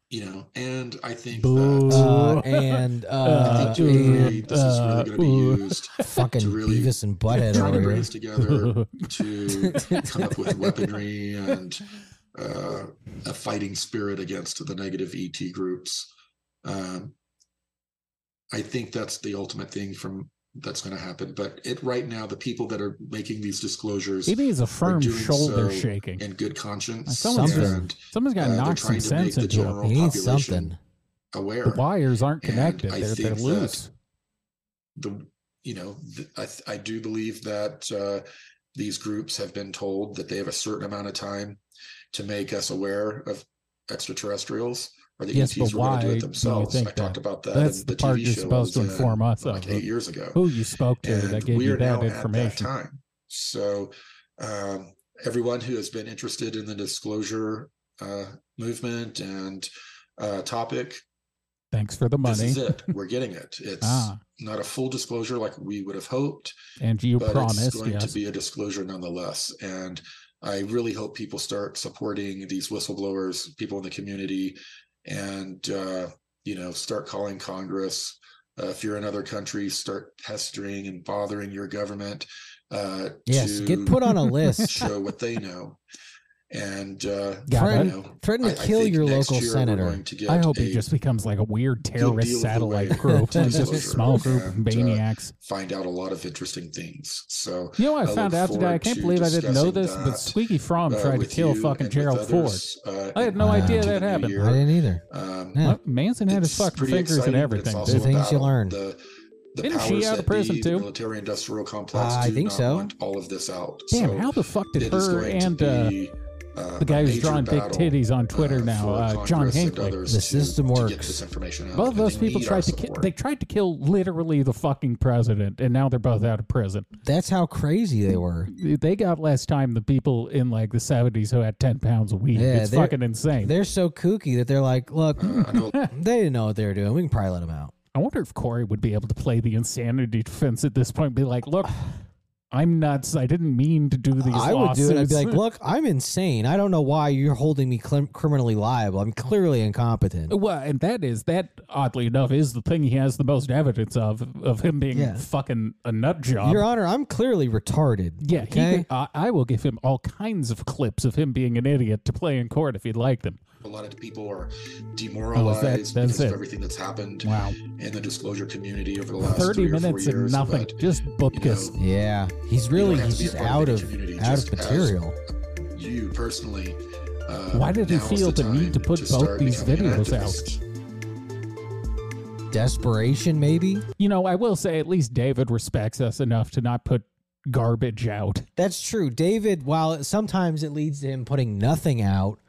Speaker 3: you know, and I think
Speaker 1: Boo.
Speaker 3: that
Speaker 2: Uh, and
Speaker 3: I
Speaker 2: uh,
Speaker 3: think generally
Speaker 2: and
Speaker 3: this is really going to be
Speaker 1: uh,
Speaker 3: used
Speaker 2: fucking
Speaker 3: to really
Speaker 2: Beavis and Butthead
Speaker 3: trying to
Speaker 2: over
Speaker 3: bring
Speaker 2: here.
Speaker 3: us together to come up with weaponry and uh, a fighting spirit against the negative ET groups. Um, I think that's the ultimate thing from that's going to happen. But it right now, the people that are making these disclosures
Speaker 1: He needs a firm
Speaker 3: doing
Speaker 1: shoulder
Speaker 3: so
Speaker 1: shaking.
Speaker 3: in good conscience
Speaker 1: Someone's
Speaker 2: just-
Speaker 3: and
Speaker 1: Someone's got to
Speaker 3: uh, they're
Speaker 1: knock some
Speaker 3: trying to make
Speaker 1: sense
Speaker 3: the
Speaker 1: into
Speaker 3: general
Speaker 1: him.
Speaker 2: He needs
Speaker 3: population
Speaker 2: something.
Speaker 3: aware
Speaker 1: The wires aren't
Speaker 3: And
Speaker 1: connected.
Speaker 3: I
Speaker 1: They're, they're
Speaker 3: think that-
Speaker 1: loose.
Speaker 3: the you know th- I th- I do believe that uh, these groups have been told that they have a certain amount of time to make us aware of extraterrestrials or the
Speaker 1: Yes,
Speaker 3: ETs
Speaker 1: but
Speaker 3: were
Speaker 1: why
Speaker 3: going to do it
Speaker 1: do you
Speaker 3: themselves.
Speaker 1: think
Speaker 3: I talked
Speaker 1: that?
Speaker 3: about that.
Speaker 1: That's
Speaker 3: in
Speaker 1: the part
Speaker 3: TV
Speaker 1: you're
Speaker 3: show I
Speaker 1: supposed to
Speaker 3: was in
Speaker 1: inform us
Speaker 3: uh, like
Speaker 1: of.
Speaker 3: eight years ago.
Speaker 1: Who you spoke to
Speaker 3: And
Speaker 1: that gave
Speaker 3: we
Speaker 1: you
Speaker 3: are
Speaker 1: that
Speaker 3: now at that
Speaker 1: information?
Speaker 3: time. So um, everyone who has been interested in the disclosure uh, movement and uh, topic,
Speaker 1: Thanks for the money.
Speaker 3: this is it. We're getting it. It's
Speaker 1: Ah,
Speaker 3: not a full disclosure like we would have hoped
Speaker 1: and you
Speaker 3: but it's
Speaker 1: promised,
Speaker 3: going to
Speaker 1: yes.
Speaker 3: be a disclosure nonetheless. And I really hope people start supporting these whistleblowers, people in the community, and uh, you know, start calling Congress. Uh, if you're in other countries, start pestering and bothering your government. Uh,
Speaker 2: Yes,
Speaker 3: to
Speaker 2: get put on a list.
Speaker 3: show what they know. And uh,
Speaker 1: God,
Speaker 3: you
Speaker 2: Friend-
Speaker 1: I,
Speaker 3: know,
Speaker 2: Threaten to
Speaker 3: I- I
Speaker 2: kill
Speaker 3: think
Speaker 2: your
Speaker 3: next
Speaker 2: local
Speaker 3: year we're
Speaker 2: senator.
Speaker 3: going to get
Speaker 1: I hope
Speaker 3: a-
Speaker 1: he just becomes like a weird
Speaker 3: deal
Speaker 1: terrorist
Speaker 3: with the
Speaker 1: satellite
Speaker 3: way
Speaker 1: group,
Speaker 2: to
Speaker 1: like just a
Speaker 2: disclosure
Speaker 1: small group of
Speaker 3: and, uh,
Speaker 1: maniacs.
Speaker 3: find out a lot of interesting things. So
Speaker 1: You know, what I,
Speaker 3: I
Speaker 1: found
Speaker 3: look
Speaker 1: out today. I
Speaker 3: forward
Speaker 1: can't
Speaker 3: to
Speaker 1: believe I didn't know this,
Speaker 3: discussing
Speaker 1: but
Speaker 3: that,
Speaker 1: Squeaky Fromm
Speaker 3: uh,
Speaker 1: tried to
Speaker 3: with
Speaker 1: kill
Speaker 3: you
Speaker 1: fucking
Speaker 3: and with
Speaker 1: Gerald Ford.
Speaker 3: others, uh,
Speaker 1: I had
Speaker 3: and
Speaker 1: no
Speaker 3: on
Speaker 1: idea
Speaker 3: to
Speaker 1: that
Speaker 3: the new
Speaker 1: happened.
Speaker 3: year.
Speaker 2: I didn't either.
Speaker 3: Um,
Speaker 2: Yeah.
Speaker 1: Well, Manson had his
Speaker 3: it's
Speaker 1: fucking
Speaker 3: pretty
Speaker 1: fingers
Speaker 3: exciting,
Speaker 1: in
Speaker 3: but
Speaker 1: everything.
Speaker 3: it's
Speaker 1: dude.
Speaker 3: also
Speaker 2: The things
Speaker 3: about
Speaker 2: you learn.
Speaker 3: The, the
Speaker 1: Didn't she
Speaker 3: powers
Speaker 1: out of
Speaker 3: that
Speaker 1: prison
Speaker 3: be,
Speaker 1: too?
Speaker 3: The military industrial complex.
Speaker 2: Uh, I
Speaker 3: do
Speaker 2: think
Speaker 3: not
Speaker 2: so.
Speaker 3: Want all of this out.
Speaker 1: Damn,
Speaker 3: so
Speaker 1: how the fuck
Speaker 3: it
Speaker 1: did
Speaker 3: is
Speaker 1: her
Speaker 3: going to
Speaker 1: and uh,
Speaker 3: be, uh,
Speaker 1: the guy
Speaker 3: a
Speaker 1: who's
Speaker 3: major
Speaker 1: drawing big
Speaker 3: battle,
Speaker 1: titties on Twitter
Speaker 3: uh,
Speaker 1: now,
Speaker 3: for
Speaker 1: uh, John
Speaker 3: Congress and
Speaker 1: Hinckley?
Speaker 3: others
Speaker 2: The
Speaker 3: to-
Speaker 2: system
Speaker 3: to get
Speaker 2: works.
Speaker 3: this information out,
Speaker 1: Both of
Speaker 3: and
Speaker 1: those
Speaker 3: they
Speaker 1: people
Speaker 3: need
Speaker 1: tried
Speaker 3: our
Speaker 1: to kill.
Speaker 3: support.
Speaker 1: They tried to kill literally the fucking president, and now they're both out of prison.
Speaker 2: That's how crazy they were.
Speaker 1: They got less time than people in like the seventies who had ten pounds of weed.
Speaker 2: Yeah,
Speaker 1: it's
Speaker 2: they're-
Speaker 1: fucking insane.
Speaker 2: They're so kooky that they're like, look,
Speaker 3: Uh, I know
Speaker 2: they didn't know what they were doing. We can probably let them out.
Speaker 1: I wonder if Corey would be able to play the insanity defense at this point. And be like, look, I'm nuts. I didn't mean to do these.
Speaker 2: I would do it. I'd be like,
Speaker 1: lawsuits."
Speaker 2: look, I'm insane. I don't know why you're holding me clim- criminally liable. I'm clearly incompetent.
Speaker 1: Well, and that is that oddly enough is the thing he has the most evidence of of him being
Speaker 2: Yeah.
Speaker 1: fucking a nut job.
Speaker 2: Your Honor, I'm clearly retarded.
Speaker 1: yeah, he
Speaker 2: okay.
Speaker 1: could- I, I will give him all kinds of clips of him being an idiot to play in court if he'd like them.
Speaker 3: a lot of people are demoralized
Speaker 1: Oh, that's
Speaker 3: because
Speaker 1: it.
Speaker 3: of everything that's happened
Speaker 1: Wow,
Speaker 3: in the disclosure community over the last
Speaker 1: thirty
Speaker 3: three or
Speaker 1: minutes
Speaker 3: four
Speaker 1: and
Speaker 3: years,
Speaker 1: nothing,
Speaker 3: but
Speaker 1: just bupkis.
Speaker 3: know,
Speaker 2: yeah, he's really
Speaker 3: You don't have
Speaker 2: he's
Speaker 3: to be
Speaker 2: just
Speaker 3: a part of
Speaker 2: out
Speaker 3: any
Speaker 2: of
Speaker 3: community,
Speaker 2: out
Speaker 3: just
Speaker 2: of
Speaker 3: as-
Speaker 2: material.
Speaker 3: you personally. Uh,
Speaker 1: Why did he
Speaker 3: now is
Speaker 1: feel
Speaker 3: the
Speaker 1: the need
Speaker 3: time
Speaker 1: to put both
Speaker 3: start
Speaker 1: these
Speaker 3: becoming an
Speaker 1: videos out?
Speaker 3: activist.
Speaker 2: Desperation, maybe.
Speaker 1: You know, I will say at least David respects us enough to not put garbage out.
Speaker 2: That's true. David, while sometimes it leads to him putting nothing out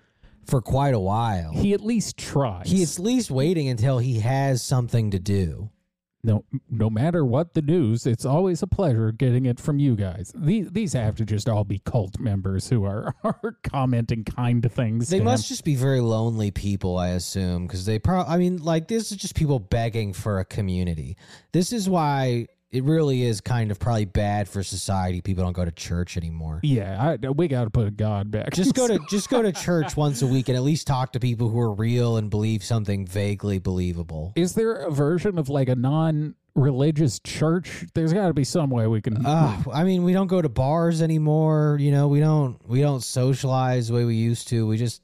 Speaker 2: for quite a while,
Speaker 1: He at least tries.
Speaker 2: he's at least waiting until he has something to do.
Speaker 1: no no matter what the news, it's always a pleasure getting it from you guys. These these have to just all be cult members who are, are commenting kind things.
Speaker 2: They
Speaker 1: to him.
Speaker 2: must just be very lonely people, I assume, because they probably, I mean, like, this is just people begging for a community. This is why it really is kind of probably bad for society. People don't go to church anymore.
Speaker 1: Yeah, I, we got to put God back.
Speaker 2: Just go to just go to church once a week and at least talk to people who are real and believe something vaguely believable.
Speaker 1: Is there a version of like a non-religious church? There's got to be some way we can.
Speaker 2: Uh, I mean, we don't go to bars anymore. You know, we don't we don't socialize the way we used to. We just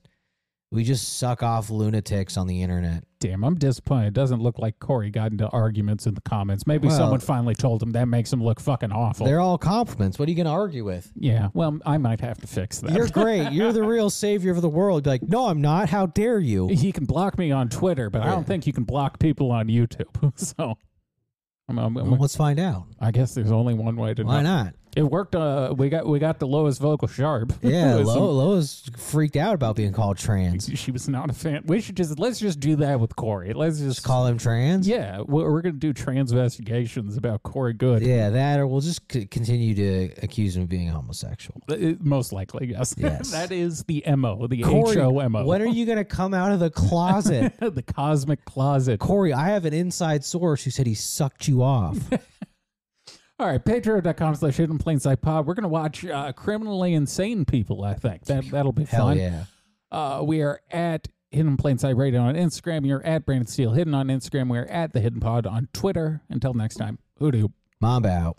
Speaker 2: we just suck off lunatics on the internet.
Speaker 1: Damn, I'm disappointed. It doesn't look like Corey got into arguments in the comments. Maybe
Speaker 2: Well-
Speaker 1: someone finally told him that makes him look fucking awful.
Speaker 2: They're all compliments. What are you going to argue with?
Speaker 1: yeah, well, I might have to fix that.
Speaker 2: You're great. You're the real savior of the world. Be like, no, I'm not. How dare you?
Speaker 1: he can block me on Twitter, but I don't
Speaker 2: Yeah.
Speaker 1: think you can block people on YouTube. so, I'm, I'm-
Speaker 2: Well, let's find out.
Speaker 1: I guess there's only one way to
Speaker 2: Why
Speaker 1: know.
Speaker 2: not?
Speaker 1: It worked. Uh, we got we got the lowest vocal sharp.
Speaker 2: Yeah,
Speaker 1: With
Speaker 2: Lo, Lois freaked out about being called trans.
Speaker 1: some- she was not a fan. We should just let's just do that with Corey. Let's just
Speaker 2: Just call him trans.
Speaker 1: Yeah, we're, we're gonna do trans investigations about Corey Good.
Speaker 2: Yeah, that or we'll just c- continue to accuse him of being homosexual.
Speaker 1: Uh, Most likely, yes.
Speaker 2: Yes.
Speaker 1: that is the mo, the ho mo.
Speaker 2: when are you going to come out of the closet?
Speaker 1: the cosmic closet?
Speaker 2: Corey, I have an inside source who said he sucked you off.
Speaker 1: All right, patreon.com slash hidden plain sight pod. We're going to watch uh, Criminally Insane People, I think. That, that'll be
Speaker 2: Hell
Speaker 1: fun.
Speaker 2: yeah.
Speaker 1: Uh, we are at Hidden Plain Sight Radio on Instagram. You're at Brandon Steele Hidden on Instagram. We're at The Hidden Pod on Twitter. Until next time, hoodoo.
Speaker 2: Mom out.